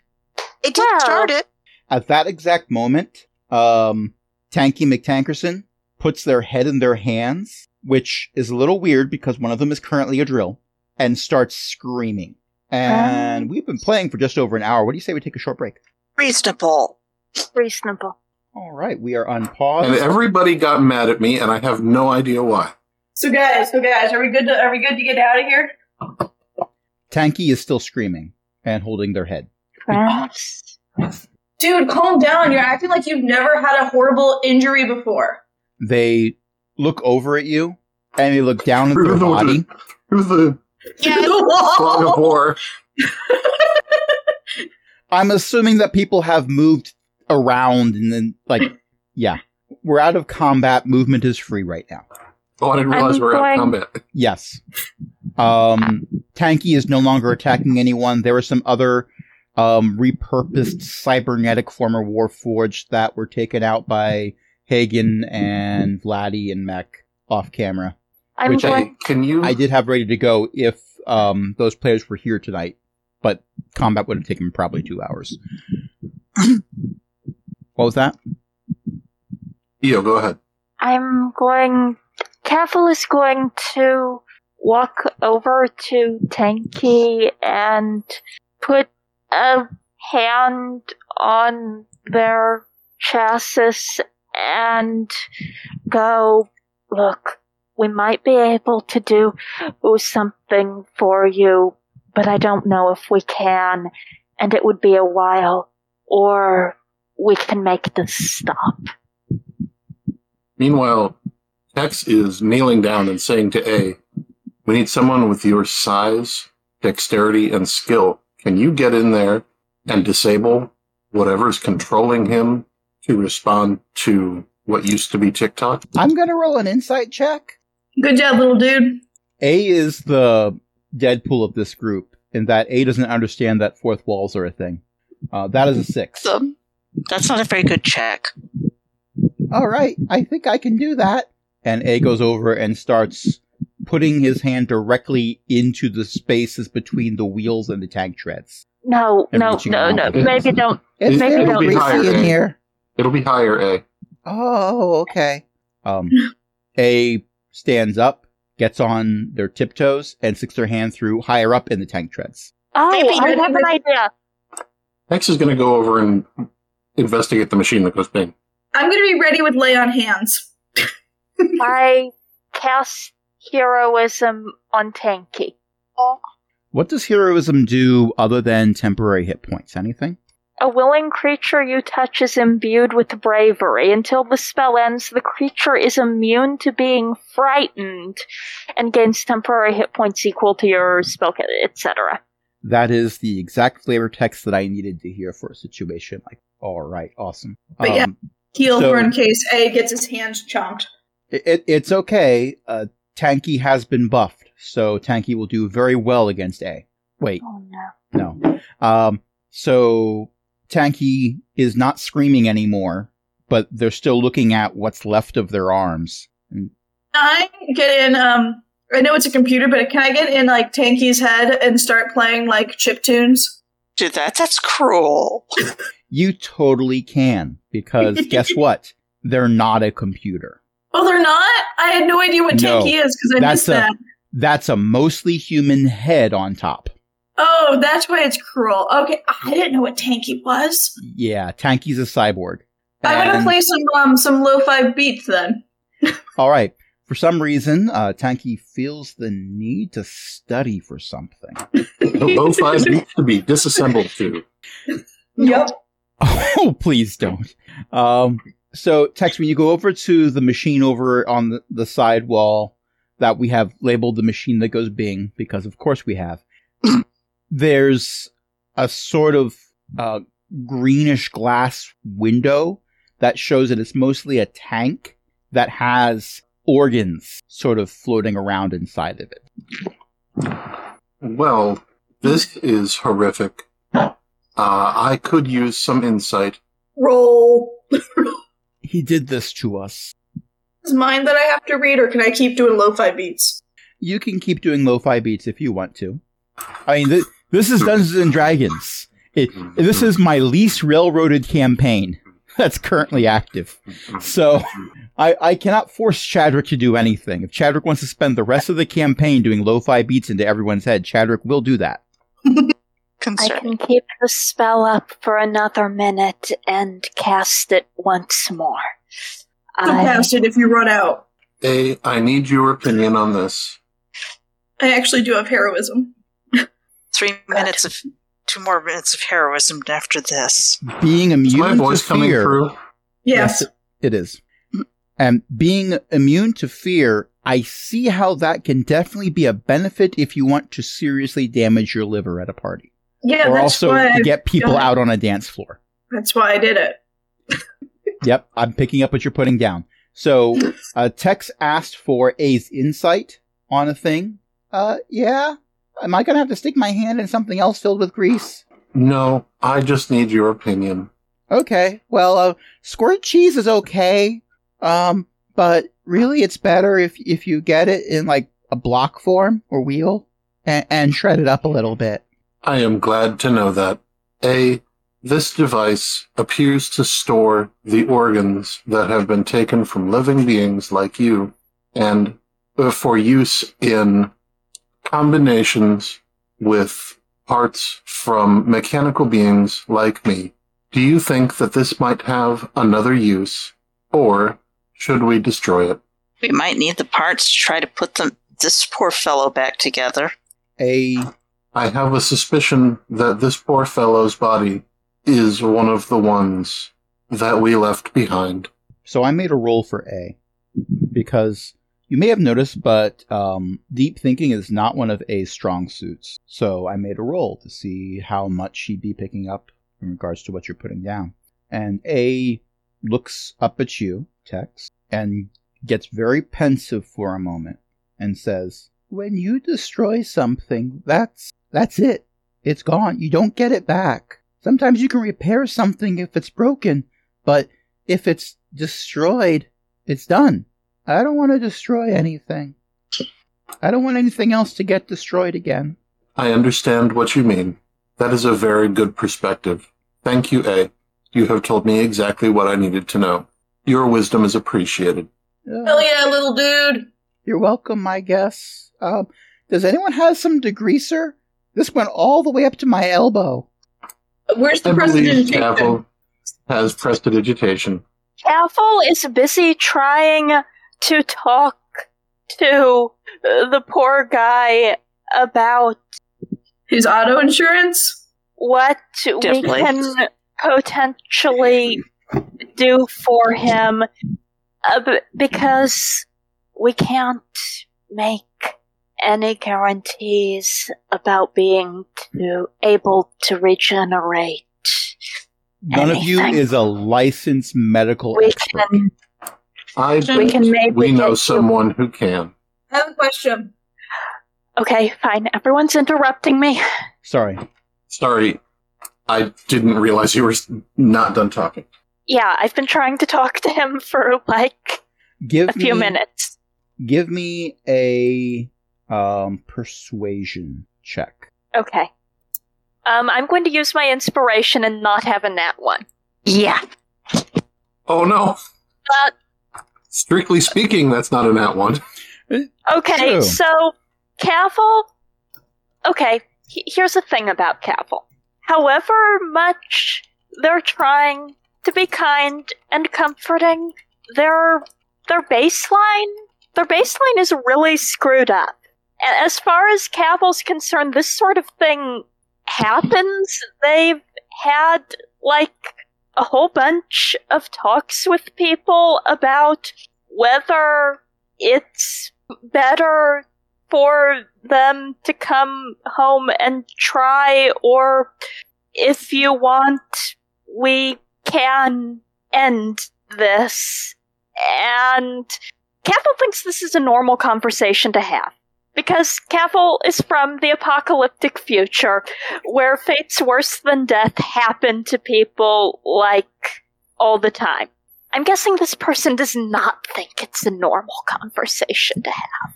[SPEAKER 4] It did
[SPEAKER 3] Wow.
[SPEAKER 4] start it.
[SPEAKER 1] At that exact moment, um, Tanky McTankerson puts their head in their hands, which is a little weird because one of them is currently a drill, and starts screaming. And we've been playing for just over an hour. What do you say we take a short break?
[SPEAKER 4] Reasonable.
[SPEAKER 3] Reasonable.
[SPEAKER 1] All right, we are on
[SPEAKER 2] And
[SPEAKER 1] pause.
[SPEAKER 2] everybody got mad at me, and I have no idea why.
[SPEAKER 5] So guys, so guys, are we good? To, are we good to get out of here?
[SPEAKER 1] Tanky is still screaming and holding their head.
[SPEAKER 3] Perhaps.
[SPEAKER 5] Dude, calm down. You're acting like you've never had a horrible injury before.
[SPEAKER 1] They look over at you and they look down at
[SPEAKER 2] Prove
[SPEAKER 1] their
[SPEAKER 2] the word.
[SPEAKER 1] body.
[SPEAKER 2] Who's the
[SPEAKER 4] Yeah.
[SPEAKER 5] The
[SPEAKER 2] frog of
[SPEAKER 5] wall.
[SPEAKER 2] war?
[SPEAKER 1] I'm assuming that people have moved around and then, like, yeah. We're out of combat. Movement is free right now.
[SPEAKER 2] Oh, I didn't realize
[SPEAKER 3] I'm
[SPEAKER 2] we're out
[SPEAKER 3] going-
[SPEAKER 2] of combat.
[SPEAKER 1] Yes. Um, Tanky is no longer attacking anyone. There were some other um, repurposed cybernetic former Warforged that were taken out by Hagen and Vladdy and Mech off camera.
[SPEAKER 3] I'm
[SPEAKER 1] Which I-
[SPEAKER 3] glad
[SPEAKER 2] Hey, can you?
[SPEAKER 1] I did have ready to go if um, those players were here tonight, but combat would have taken probably two hours. what was that?
[SPEAKER 2] Io, go ahead.
[SPEAKER 3] I'm going. Cavill is going to walk over to Tanky and put a hand on their chassis and go, look, we might be able to do something for you, but I don't know if we can, and it would be a while, or we can make this stop.
[SPEAKER 2] Meanwhile, Tex is kneeling down and saying to A, We need someone with your size, dexterity, and skill. Can you get in there and disable whatever's controlling him to respond to what used to be TikTok?
[SPEAKER 1] I'm gonna roll an insight check.
[SPEAKER 5] Good job, little dude.
[SPEAKER 1] A is the Deadpool of this group, in that A doesn't understand that fourth walls are a thing. Uh, that is a six.
[SPEAKER 4] Awesome. That's not a very good check.
[SPEAKER 1] All right, I think I can do that. And A goes over and starts putting his hand directly into the spaces between the wheels and the tank treads.
[SPEAKER 3] No,
[SPEAKER 1] And
[SPEAKER 3] no,
[SPEAKER 1] reaching
[SPEAKER 3] no,
[SPEAKER 1] out
[SPEAKER 3] no.
[SPEAKER 1] with it.
[SPEAKER 3] Maybe don't.
[SPEAKER 1] It's
[SPEAKER 3] Maybe
[SPEAKER 1] very
[SPEAKER 3] don't-
[SPEAKER 1] greasy
[SPEAKER 2] Higher,
[SPEAKER 1] in
[SPEAKER 2] A.
[SPEAKER 1] here.
[SPEAKER 2] It'll be higher, A.
[SPEAKER 1] Oh, okay. Um, A stands up, gets on their tiptoes, and sticks their hand through higher up in the tank treads.
[SPEAKER 3] Oh,
[SPEAKER 4] Maybe
[SPEAKER 3] I
[SPEAKER 5] you-
[SPEAKER 3] have an idea.
[SPEAKER 2] Tex is going to go over and investigate the machine that goes bing.
[SPEAKER 5] I'm gonna be ready with lay on hands.
[SPEAKER 3] I cast heroism on Tanky.
[SPEAKER 1] What does heroism do other than temporary hit points? Anything?
[SPEAKER 3] A willing creature you touch is imbued with bravery. Until the spell ends, the creature is immune to being frightened and gains temporary hit points equal to your spell, ca- etc.
[SPEAKER 1] That is the exact flavor text that I needed to hear for a situation like. All right, awesome.
[SPEAKER 5] But yeah.
[SPEAKER 1] Um,
[SPEAKER 5] Heal
[SPEAKER 1] So-
[SPEAKER 5] for in case A gets his hands chomped.
[SPEAKER 1] it, it- it's okay. Uh, Tanky has been buffed, so Tanky will do very well against A. Wait,
[SPEAKER 3] Oh no.
[SPEAKER 1] No. Um, so Tanky is not screaming anymore, but they're still looking at what's left of their arms.
[SPEAKER 5] Can I get in. Um, I know it's a computer, but can I get in like Tanky's head and start playing like chip tunes?
[SPEAKER 4] Do that? That's cruel.
[SPEAKER 1] You totally can, because guess what? They're not a computer.
[SPEAKER 5] Oh, they're not. I had no idea what
[SPEAKER 1] No.
[SPEAKER 5] Tanky is because I
[SPEAKER 1] That's
[SPEAKER 5] missed
[SPEAKER 1] a-
[SPEAKER 5] that.
[SPEAKER 1] That's a mostly human head on top.
[SPEAKER 5] Oh, that's why it's cruel. Okay, I didn't know what Tanky was.
[SPEAKER 1] Yeah, Tanky's a cyborg.
[SPEAKER 5] I'm gonna
[SPEAKER 1] And-
[SPEAKER 5] play some um some lo-fi beats then.
[SPEAKER 1] All right. For some reason, uh, Tanky feels the need to study for something.
[SPEAKER 2] The low five needs to be disassembled too.
[SPEAKER 5] Yep.
[SPEAKER 1] Oh, please don't. Um, so, Tex, when you go over to the machine over on the, the side wall that we have labeled the machine that goes bing, because of course we have, there's a sort of uh, greenish glass window that shows that it's mostly a tank that has organs sort of floating around inside of it.
[SPEAKER 2] Well, this is horrific. Uh, I could use some insight.
[SPEAKER 5] Roll.
[SPEAKER 1] He did this to us.
[SPEAKER 5] Is mine that I have to read, or can I keep doing lo-fi beats?
[SPEAKER 1] You can keep doing lo-fi beats if you want to. I mean, this, this is Dungeons and Dragons. It, this is my least railroaded campaign that's currently active. So I, I cannot force Chadrick to do anything. If Chadrick wants to spend the rest of the campaign doing lo-fi beats into everyone's head, Chadrick will do that.
[SPEAKER 3] I can
[SPEAKER 4] Concerning.
[SPEAKER 3] keep the spell up for another minute and cast it once more.
[SPEAKER 5] Don't
[SPEAKER 3] I-
[SPEAKER 5] cast it if you run out.
[SPEAKER 2] A, I need your opinion on this.
[SPEAKER 5] I actually do have heroism.
[SPEAKER 4] Three minutes of two more minutes of heroism after this.
[SPEAKER 1] Being
[SPEAKER 2] Is
[SPEAKER 1] immune
[SPEAKER 2] my voice
[SPEAKER 1] to
[SPEAKER 2] coming
[SPEAKER 1] fear,
[SPEAKER 2] through?
[SPEAKER 5] Yes.
[SPEAKER 1] it is. And being immune to fear, I see how that can definitely be a benefit if you want to seriously damage your liver at a party.
[SPEAKER 5] Yeah,
[SPEAKER 1] or
[SPEAKER 5] that's
[SPEAKER 1] also
[SPEAKER 5] why.
[SPEAKER 1] to get people
[SPEAKER 5] done it.
[SPEAKER 1] out on a dance floor.
[SPEAKER 5] that's why I did it.
[SPEAKER 1] Yep, I'm picking up what you're putting down. So, uh, Tex asked for A's insight on a thing. Uh, yeah. Am I gonna have to stick my hand in something else filled with grease?
[SPEAKER 2] No, I just need your opinion.
[SPEAKER 1] Okay. Well, uh, squirt cheese is okay. Um, but really, it's better if if you get it in like a block form or wheel and, and shred it up a little bit.
[SPEAKER 2] I am glad to know that. A. This device appears to store the organs that have been taken from living beings like you and uh, for use in combinations with parts from mechanical beings like me. Do you think that this might have another use or should we destroy it?
[SPEAKER 4] We might need the parts to try to put them this poor fellow back together.
[SPEAKER 1] A
[SPEAKER 2] I have a suspicion that this poor fellow's body is one of the ones that we left behind.
[SPEAKER 1] so I made a roll for A because you may have noticed, but um, deep thinking is not one of A's strong suits. So I made a roll to see how much he'd be picking up in regards to what you're putting down. And A looks up at you, Tex, and gets very pensive for a moment and says, "When you destroy something, that's that's it. It's gone. You don't get it back. Sometimes you can repair something if it's broken, but if it's destroyed, it's done. I don't want to destroy anything. I don't want anything else to get destroyed again.
[SPEAKER 2] I understand what you mean. That is a very good perspective. Thank you, A. You have told me exactly what I needed to know. Your wisdom is appreciated.
[SPEAKER 1] Uh,
[SPEAKER 5] Hell yeah, little dude.
[SPEAKER 1] You're welcome, I guess. Um, does anyone have some degreaser? This went all the way up to my elbow.
[SPEAKER 5] Where's the
[SPEAKER 2] I believe
[SPEAKER 5] president?
[SPEAKER 2] Cavill has prestidigitation.
[SPEAKER 3] Cavill is busy trying to talk to uh, the poor guy about
[SPEAKER 5] His auto insurance?
[SPEAKER 3] what
[SPEAKER 4] Definitely.
[SPEAKER 3] we can potentially do for him uh, b- because we can't make any guarantees about being to, able to regenerate.
[SPEAKER 1] None of you
[SPEAKER 3] Anything.
[SPEAKER 1] is a licensed medical
[SPEAKER 3] We
[SPEAKER 1] expert.
[SPEAKER 3] can,
[SPEAKER 2] I
[SPEAKER 5] Question.
[SPEAKER 2] bet
[SPEAKER 3] we can maybe
[SPEAKER 2] we
[SPEAKER 3] get
[SPEAKER 2] know
[SPEAKER 3] you-
[SPEAKER 2] someone who can.
[SPEAKER 5] I have a question.
[SPEAKER 3] Okay, fine. Everyone's interrupting me.
[SPEAKER 1] Sorry.
[SPEAKER 2] Sorry, I didn't realize you were s- not done talking.
[SPEAKER 3] Yeah, I've been trying to talk to him for like
[SPEAKER 1] Give
[SPEAKER 3] a few
[SPEAKER 1] me,
[SPEAKER 3] minutes.
[SPEAKER 1] Give me a um, persuasion check.
[SPEAKER 3] Okay. Um, I'm going to use my inspiration and not have a nat one. Yeah.
[SPEAKER 2] Oh no!
[SPEAKER 3] Uh,
[SPEAKER 2] Strictly speaking, that's not in that one.
[SPEAKER 3] Okay,
[SPEAKER 1] True.
[SPEAKER 3] so Cavill. Okay, he- here's the thing about Cavill. However much they're trying to be kind and comforting, their their baseline their baseline is really screwed up. And as far as Cavill's concerned, this sort of thing happens. They've had like a whole bunch of talks with people about whether it's better for them to come home and try, or if you want, we can end this. And Cavill thinks this is a normal conversation to have. Because Cavill is from the apocalyptic future, where fates worse than death happen to people like all the time. I'm guessing this person does not think it's a normal conversation to have.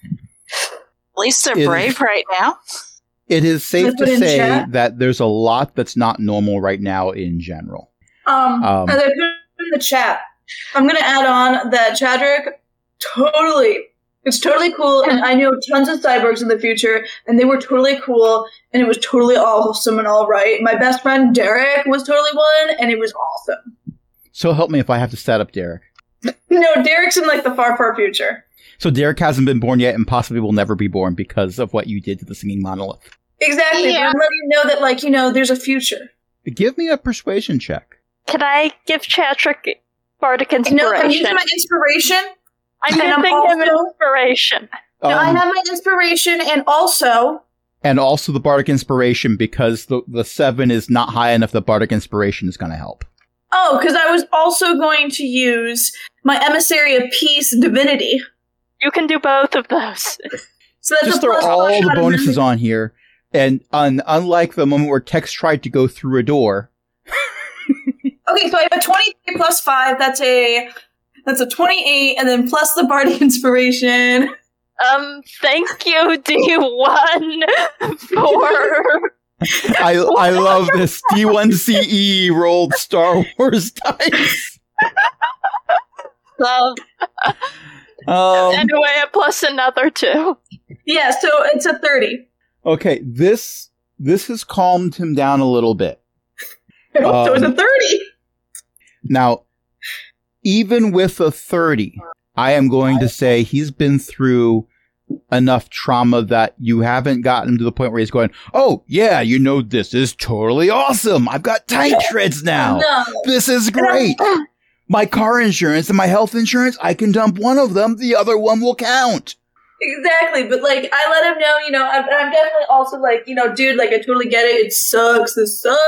[SPEAKER 4] At least they're
[SPEAKER 1] It is-
[SPEAKER 4] brave right now.
[SPEAKER 1] It is safe
[SPEAKER 5] Can
[SPEAKER 1] to
[SPEAKER 5] I put in
[SPEAKER 1] say
[SPEAKER 5] chat?
[SPEAKER 1] that there's a lot that's not normal right now in general.
[SPEAKER 5] Um,
[SPEAKER 1] Um,
[SPEAKER 5] as I put in the chat, I'm gonna add on that Chadrick totally it's totally cool and I know tons of cyborgs in the future and they were totally cool and it was totally awesome and all right. My best friend Derek was totally one and it was awesome.
[SPEAKER 1] So help me if I have to set up Derek.
[SPEAKER 5] No, Derek's in like the far far future.
[SPEAKER 1] So Derek hasn't been born yet and possibly will never be born because of what you did to the singing monolith.
[SPEAKER 5] Exactly.
[SPEAKER 4] Yeah.
[SPEAKER 5] But I'm letting you know that like, you know, there's a future.
[SPEAKER 1] Give me a persuasion check.
[SPEAKER 3] Can I give Chatrick bardic inspiration?
[SPEAKER 5] No, I'm using my inspiration.
[SPEAKER 3] I'm
[SPEAKER 5] and I'm
[SPEAKER 3] giving him an
[SPEAKER 5] also-
[SPEAKER 3] inspiration.
[SPEAKER 5] No, I
[SPEAKER 1] Um,
[SPEAKER 5] have my inspiration and also
[SPEAKER 1] and also the bardic inspiration because the, the seven is not high enough that bardic inspiration is going to help.
[SPEAKER 5] Oh, because I was also going to use my emissary of peace divinity.
[SPEAKER 3] You can do both of those.
[SPEAKER 5] So that's
[SPEAKER 1] Just
[SPEAKER 5] a
[SPEAKER 1] throw
[SPEAKER 5] plus
[SPEAKER 1] all
[SPEAKER 5] one
[SPEAKER 1] the
[SPEAKER 5] shot of
[SPEAKER 1] bonuses
[SPEAKER 5] divinity.
[SPEAKER 1] on here And un- unlike the moment where Tex tried to go through a door,
[SPEAKER 5] Okay, so I have a 23 plus 5. That's a that's a 28 and then plus the bardic inspiration.
[SPEAKER 3] Um, thank you, D1, for.
[SPEAKER 1] I I love this D1CE E rolled Star Wars dice.
[SPEAKER 3] Um,
[SPEAKER 1] Um,
[SPEAKER 3] anyway, plus another two.
[SPEAKER 5] Yeah, so it's a 30.
[SPEAKER 1] okay, this this has calmed him down a little bit.
[SPEAKER 5] so it's a
[SPEAKER 1] Um,
[SPEAKER 5] 30.
[SPEAKER 1] Now, even with a 30, I am going to say he's been through enough trauma that you haven't gotten to the point where he's going, "Oh, yeah, you know this is totally awesome. I've got tight treads now.
[SPEAKER 5] No.
[SPEAKER 1] This is great." My car insurance and my health insurance, I can dump one of them, the other one will count.
[SPEAKER 5] Exactly, but like I let him know, you know, I'm, I'm definitely also like, you know, dude, like I totally get it. It sucks. This sucks.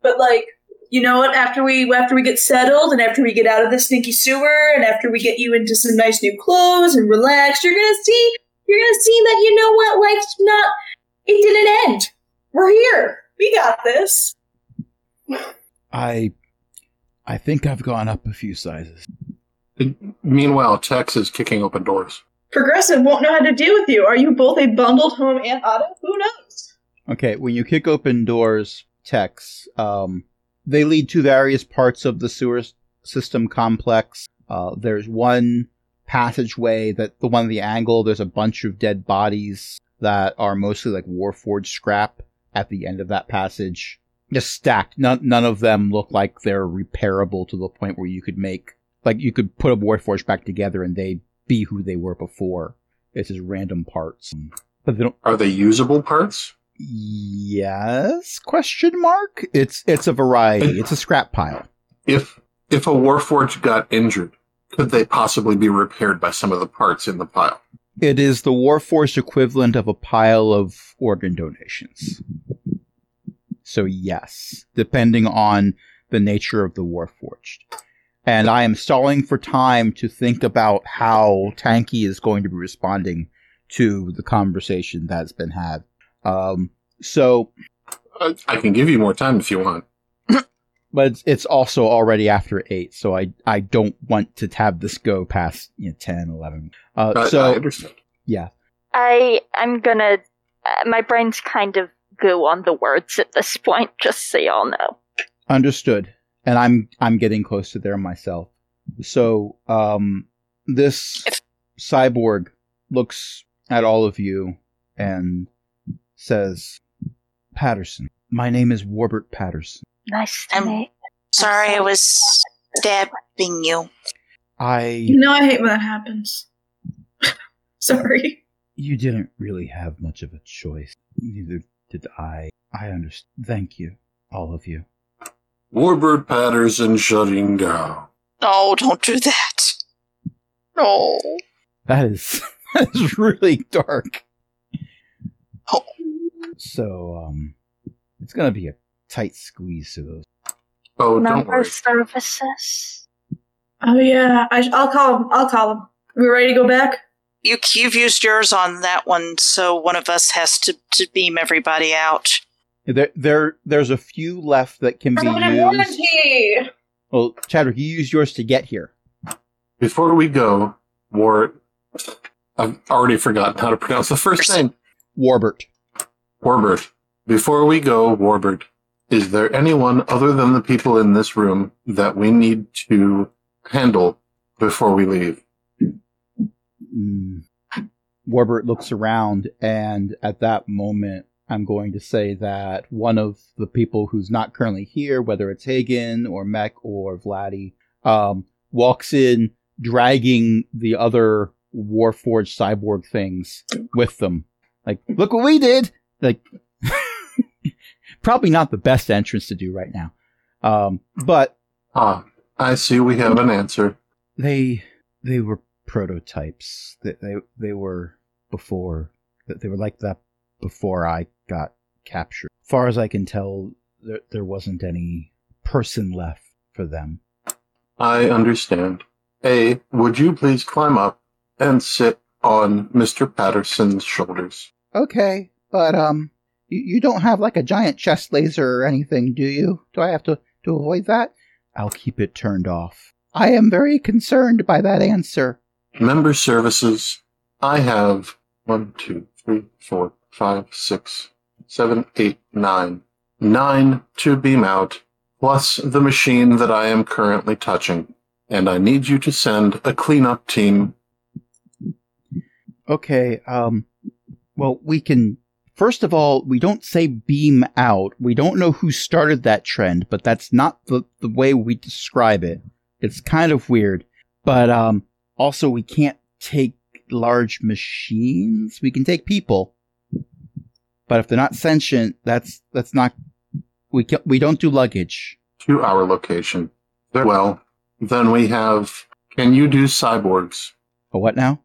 [SPEAKER 5] But like, you know what? After we after we get settled and after we get out of the sneaky sewer and after we get you into some nice new clothes and relax, you're gonna see, you're gonna see that you know what? Life's not. It didn't end. We're here. We got this.
[SPEAKER 1] I I think I've gone up a few sizes.
[SPEAKER 2] Meanwhile, Tex is kicking open doors.
[SPEAKER 5] Progressive won't know how to deal with you. Are you both a bundled home and auto? Who knows?
[SPEAKER 1] Okay, when you kick open doors, Tex, um, they lead to various parts of the sewer s- system complex. Uh, there's one passageway that the one at the angle. There's a bunch of dead bodies that are mostly like warforged scrap at the end of that passage, just stacked. None, none of them look like they're repairable to the point where you could make like you could put a warforged back together and they'd be who they were before. It's just random parts, but they don't
[SPEAKER 2] Are they usable parts?
[SPEAKER 1] Yes? Question mark? It's it's a variety. It's a scrap pile.
[SPEAKER 2] If if a Warforged got injured, could they possibly be repaired by some of the parts in the pile?
[SPEAKER 1] It is the Warforce equivalent of a pile of organ donations. So yes, depending on the nature of the Warforged. And I am stalling for time to think about how Tanky is going to be responding to the conversation that's been had. Um, so,
[SPEAKER 2] I, I can give you more time if you want.
[SPEAKER 1] but it's, it's also already after 8, so I, I don't want to have this go past you know, 10, 11. Uh,
[SPEAKER 2] I,
[SPEAKER 1] so,
[SPEAKER 2] I understand.
[SPEAKER 3] I, I'm gonna. Uh, my brain's kind of goo on the words at this point, just so y'all know.
[SPEAKER 1] Understood. And I'm I'm getting close to there myself. So um this cyborg looks at all of you and says Patterson. My name is Warbert Patterson.
[SPEAKER 3] Nice to
[SPEAKER 4] Um,
[SPEAKER 3] meet.
[SPEAKER 2] Oh,
[SPEAKER 4] Sorry, I was stabbing you.
[SPEAKER 1] I
[SPEAKER 5] You know, I hate when that happens. Sorry.
[SPEAKER 1] you didn't really have much of a choice. Neither did I. I understand. Thank you, all of you.
[SPEAKER 2] Warbird Patterson shutting down.
[SPEAKER 4] No, don't do that. No.
[SPEAKER 1] That is that is really dark.
[SPEAKER 4] Oh.
[SPEAKER 1] So um it's gonna be a tight squeeze to those.
[SPEAKER 2] Oh, don't
[SPEAKER 3] Number
[SPEAKER 2] worry.
[SPEAKER 3] services.
[SPEAKER 5] Oh yeah, I, sh- I'll call him. I'll call him. We ready to go back?
[SPEAKER 4] You, you've used yours on that one, so one of us has to, to beam everybody out.
[SPEAKER 1] There there there's a few left that can be used. Well, Chadwick, you used yours to get here.
[SPEAKER 2] Before we go, War. I've already forgotten how to pronounce the first name.
[SPEAKER 1] Warbert.
[SPEAKER 2] Warbird. Before we go, Warbird, is there anyone other than the people in this room that we need to handle before we leave?
[SPEAKER 1] Mm. Warbert looks around and at that moment I'm going to say that one of the people who's not currently here, whether it's Hagen or Mech or Vladdy, um, walks in dragging the other Warforged cyborg things with them. Like, look what we did! Like, probably not the best entrance to do right now. Um, but
[SPEAKER 2] Ah, I see we have an answer.
[SPEAKER 1] they they were prototypes. They they, they were before that they were like that before I got captured. Far as I can tell, there there wasn't any person left for them.
[SPEAKER 2] I understand. A, would you please climb up and sit on Mr. Patterson's shoulders?
[SPEAKER 1] Okay, but um, You, you don't have like a giant chest laser or anything, do you? Do I have to, to avoid that? I'll keep it turned off. I am very concerned by that answer.
[SPEAKER 2] Member services. I have one, two, three, four, five, six, seven, eight, nine. Nine to beam out, plus the machine that I am currently touching. And I need you to send a cleanup team.
[SPEAKER 1] Okay, um, well, we can. First of all, we don't say beam out. We don't know who started that trend, but that's not the, the way we describe it. It's kind of weird. But um, also, we can't take large machines. We can take people. But if they're not sentient, that's that's not. We can, we don't do luggage.
[SPEAKER 2] to our location. Well, then we have. Can you do cyborgs?
[SPEAKER 1] A what now?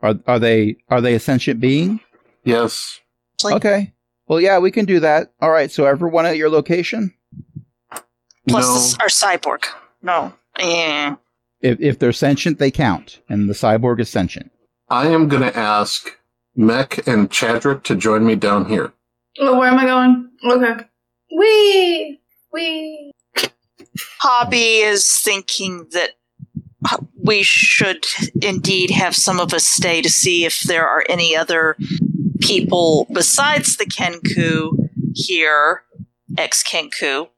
[SPEAKER 1] Are are they are they a sentient being?
[SPEAKER 2] Yes.
[SPEAKER 4] Like-
[SPEAKER 1] okay. Well, yeah, we can do that. All right. So everyone at your location,
[SPEAKER 4] Plus
[SPEAKER 2] no.
[SPEAKER 4] this- our cyborg. No. Eh.
[SPEAKER 1] if if they're sentient, they count, and the cyborg is sentient.
[SPEAKER 2] I am going to ask Mech and Chadrick to join me down here.
[SPEAKER 5] Oh, where am I going? Okay.
[SPEAKER 6] Wee! Wee!
[SPEAKER 4] Hobby is thinking that uh, we should indeed have some of us stay to see if there are any other people besides the Kenku here, ex Kenku,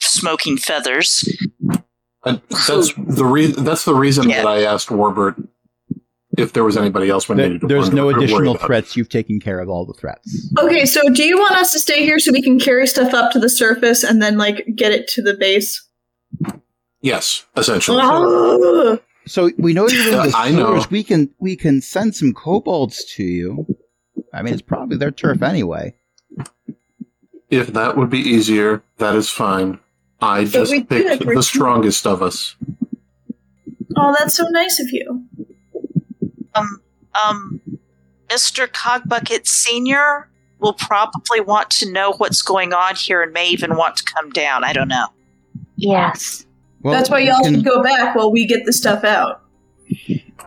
[SPEAKER 4] smoking feathers.
[SPEAKER 2] And that's the re- That's the reason
[SPEAKER 4] Yeah.
[SPEAKER 2] that I asked Warbird if there was anybody else we needed to.
[SPEAKER 1] there's
[SPEAKER 2] wonder-
[SPEAKER 1] no
[SPEAKER 2] or worry
[SPEAKER 1] additional
[SPEAKER 2] about.
[SPEAKER 1] threats. You've taken care of all the threats.
[SPEAKER 5] Okay, so do you want us to stay here so we can carry stuff up to the surface and then like get it to the base?
[SPEAKER 2] Yes, essentially.
[SPEAKER 5] Uh-huh. Ugh.
[SPEAKER 1] So we know you're in the
[SPEAKER 2] I know.
[SPEAKER 1] sewers. We can we can send some kobolds to you. I mean, it's probably their turf anyway.
[SPEAKER 2] If that would be easier, that is fine. I just
[SPEAKER 5] we did
[SPEAKER 2] picked
[SPEAKER 5] agree.
[SPEAKER 2] the strongest of us.
[SPEAKER 5] Oh, that's so nice of you.
[SPEAKER 4] Um, um, Mr. Cogbucket Sr. will probably want to know what's going on here and may even want to come down. I don't know.
[SPEAKER 3] Yes.
[SPEAKER 1] Well,
[SPEAKER 5] that's why
[SPEAKER 1] we
[SPEAKER 5] y'all
[SPEAKER 1] can-
[SPEAKER 5] should go back while we get the stuff out.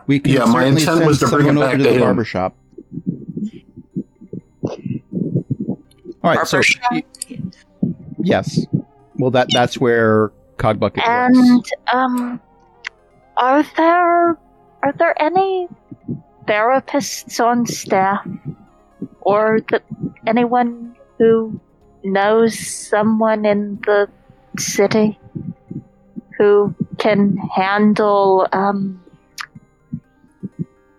[SPEAKER 1] We can
[SPEAKER 2] Yeah, my
[SPEAKER 1] certainly
[SPEAKER 2] intent
[SPEAKER 1] send
[SPEAKER 2] was to bring
[SPEAKER 1] someone
[SPEAKER 2] it back
[SPEAKER 1] over to
[SPEAKER 2] to
[SPEAKER 1] the
[SPEAKER 2] him.
[SPEAKER 1] barber shop. All right, so
[SPEAKER 4] Barbershop?
[SPEAKER 1] y- yes, well that that's where Cogbucket
[SPEAKER 3] And
[SPEAKER 1] works.
[SPEAKER 3] um, are there are there any therapists on staff, or the, anyone who knows someone in the city who can handle um,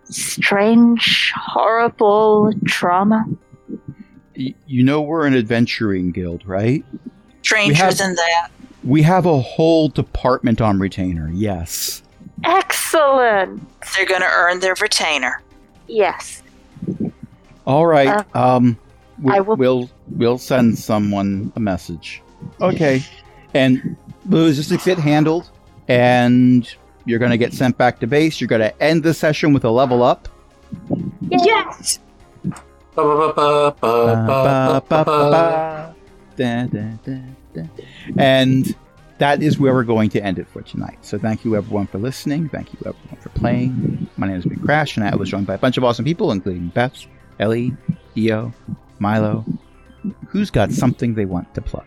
[SPEAKER 3] strange, horrible trauma?
[SPEAKER 1] Y- You know we're an adventuring guild, right?
[SPEAKER 4] Stranger
[SPEAKER 1] have-
[SPEAKER 4] than that.
[SPEAKER 1] We have a whole department on retainer. Yes.
[SPEAKER 3] Excellent.
[SPEAKER 4] They're going to earn their retainer.
[SPEAKER 3] Yes.
[SPEAKER 1] All right.
[SPEAKER 3] Uh,
[SPEAKER 1] um, we,
[SPEAKER 3] I will-
[SPEAKER 1] we'll we'll send someone a message. Okay. And logistics get handled, and you're gonna get sent back to base. You're gonna end the session with a level up.
[SPEAKER 5] Yes.
[SPEAKER 1] Ba, ba, ba, ba. Da, da, da, da. And that is where we're going to end it for tonight. So thank you everyone for listening. Thank you everyone for playing. My name has been Crash, and I was joined by a bunch of awesome people, including Beth, Ellie, Eo, Milo. Who's got something they want to plug?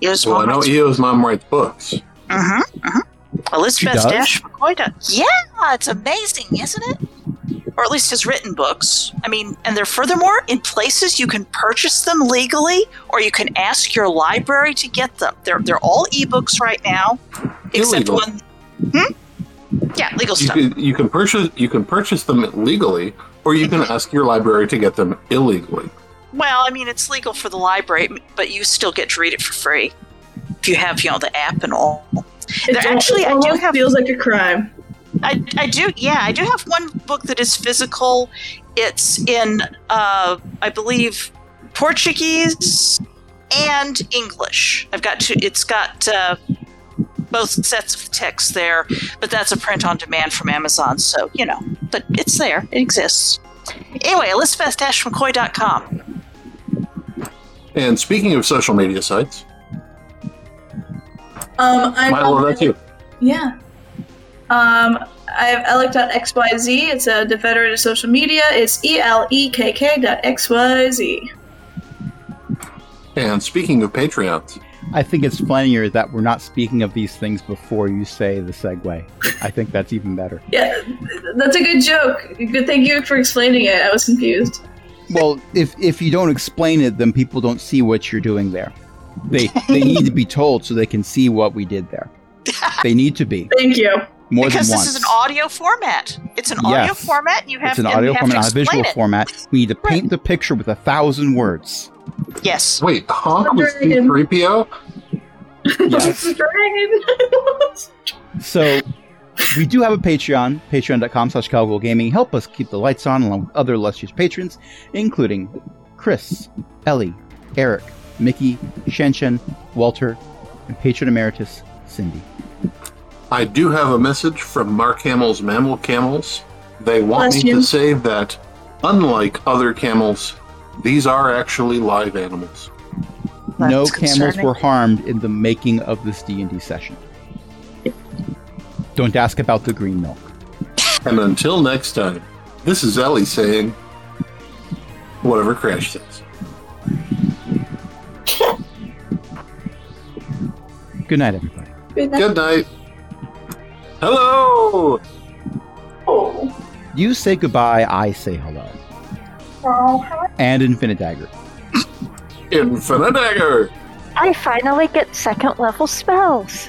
[SPEAKER 4] Yes,
[SPEAKER 2] Well, I know Eo's mom writes books.
[SPEAKER 4] Mm-hmm. mm-hmm. Elizabeth
[SPEAKER 1] does?
[SPEAKER 4] Dash McCoy does. Yeah, it's amazing, isn't it? Or at least has written books. I mean, and they're furthermore in places you can purchase them legally, or you can ask your library to get them. They're they're all ebooks right now, except
[SPEAKER 2] Illegal.
[SPEAKER 4] one. Hmm? Yeah, legal
[SPEAKER 2] You
[SPEAKER 4] stuff.
[SPEAKER 2] can, you can purchase you can purchase them legally, or you can ask your library to get them illegally.
[SPEAKER 4] Well, I mean, it's legal for the library, but you still get to read it for free if you have, you know, the app and all.
[SPEAKER 5] It
[SPEAKER 4] There-
[SPEAKER 5] al-
[SPEAKER 4] actually, I do
[SPEAKER 5] almost
[SPEAKER 4] have-
[SPEAKER 5] feels like a crime.
[SPEAKER 4] I, I do yeah i do have one book that is physical it's in uh, i believe portuguese and english i've got two it's got uh, both sets of text there but that's a print on demand from amazon so you know but it's there it exists anyway elizabeth-mccoy.com
[SPEAKER 2] And speaking of social media sites,
[SPEAKER 5] Um, I'm Um,
[SPEAKER 2] Milo, that's you.
[SPEAKER 5] Yeah. Um, I have elec.xyz. It's a federated social media. It's E L E K K dot XYZ.
[SPEAKER 2] And speaking of Patreons,
[SPEAKER 1] I think it's funnier that we're not speaking of these things before you say the segue. I think that's even better.
[SPEAKER 5] Yeah, that's a good joke. Good, thank you for explaining it. I was confused.
[SPEAKER 1] Well, if if you don't explain it, then people don't see what you're doing there. They they need to be told so they can see what we did there. They need to be
[SPEAKER 5] Thank you.
[SPEAKER 1] more
[SPEAKER 4] because
[SPEAKER 1] than
[SPEAKER 4] this
[SPEAKER 1] once.
[SPEAKER 4] is an audio format. It's an audio
[SPEAKER 1] Yes.
[SPEAKER 4] format. You have
[SPEAKER 1] it's an
[SPEAKER 4] and
[SPEAKER 1] audio
[SPEAKER 4] you have
[SPEAKER 1] format,
[SPEAKER 4] to
[SPEAKER 1] not a
[SPEAKER 4] explain
[SPEAKER 1] visual
[SPEAKER 4] it.
[SPEAKER 1] format. We need to paint the picture with a thousand words.
[SPEAKER 4] Yes.
[SPEAKER 2] wait, Honk was
[SPEAKER 5] Dragon.
[SPEAKER 2] C3PO?
[SPEAKER 1] Yes. So we do have a Patreon, patreon.com slash Cowgirl Gaming. Help us keep the lights on along with other illustrious patrons, including Chris, Ellie, Eric, Mickey, Shenshen, Walter, and patron emeritus Cindy.
[SPEAKER 2] I do have a message from Mark Hamill's Mammal Camels. They want
[SPEAKER 5] Bless
[SPEAKER 2] me
[SPEAKER 5] you.
[SPEAKER 2] to say that, unlike other camels, these are actually live animals.
[SPEAKER 1] no
[SPEAKER 4] That's
[SPEAKER 1] camels
[SPEAKER 4] concerning.
[SPEAKER 1] were harmed in the making of this D&D session. Don't ask about the green milk.
[SPEAKER 2] And until next time, this is Ellie saying, whatever Crash says.
[SPEAKER 1] Good night, everybody.
[SPEAKER 5] Good night.
[SPEAKER 2] Good night. Hello!
[SPEAKER 5] Oh.
[SPEAKER 1] You say goodbye, I say hello.
[SPEAKER 5] Oh.
[SPEAKER 1] And Infinidagger.
[SPEAKER 2] Infinite Dagger!
[SPEAKER 3] I finally get second level spells.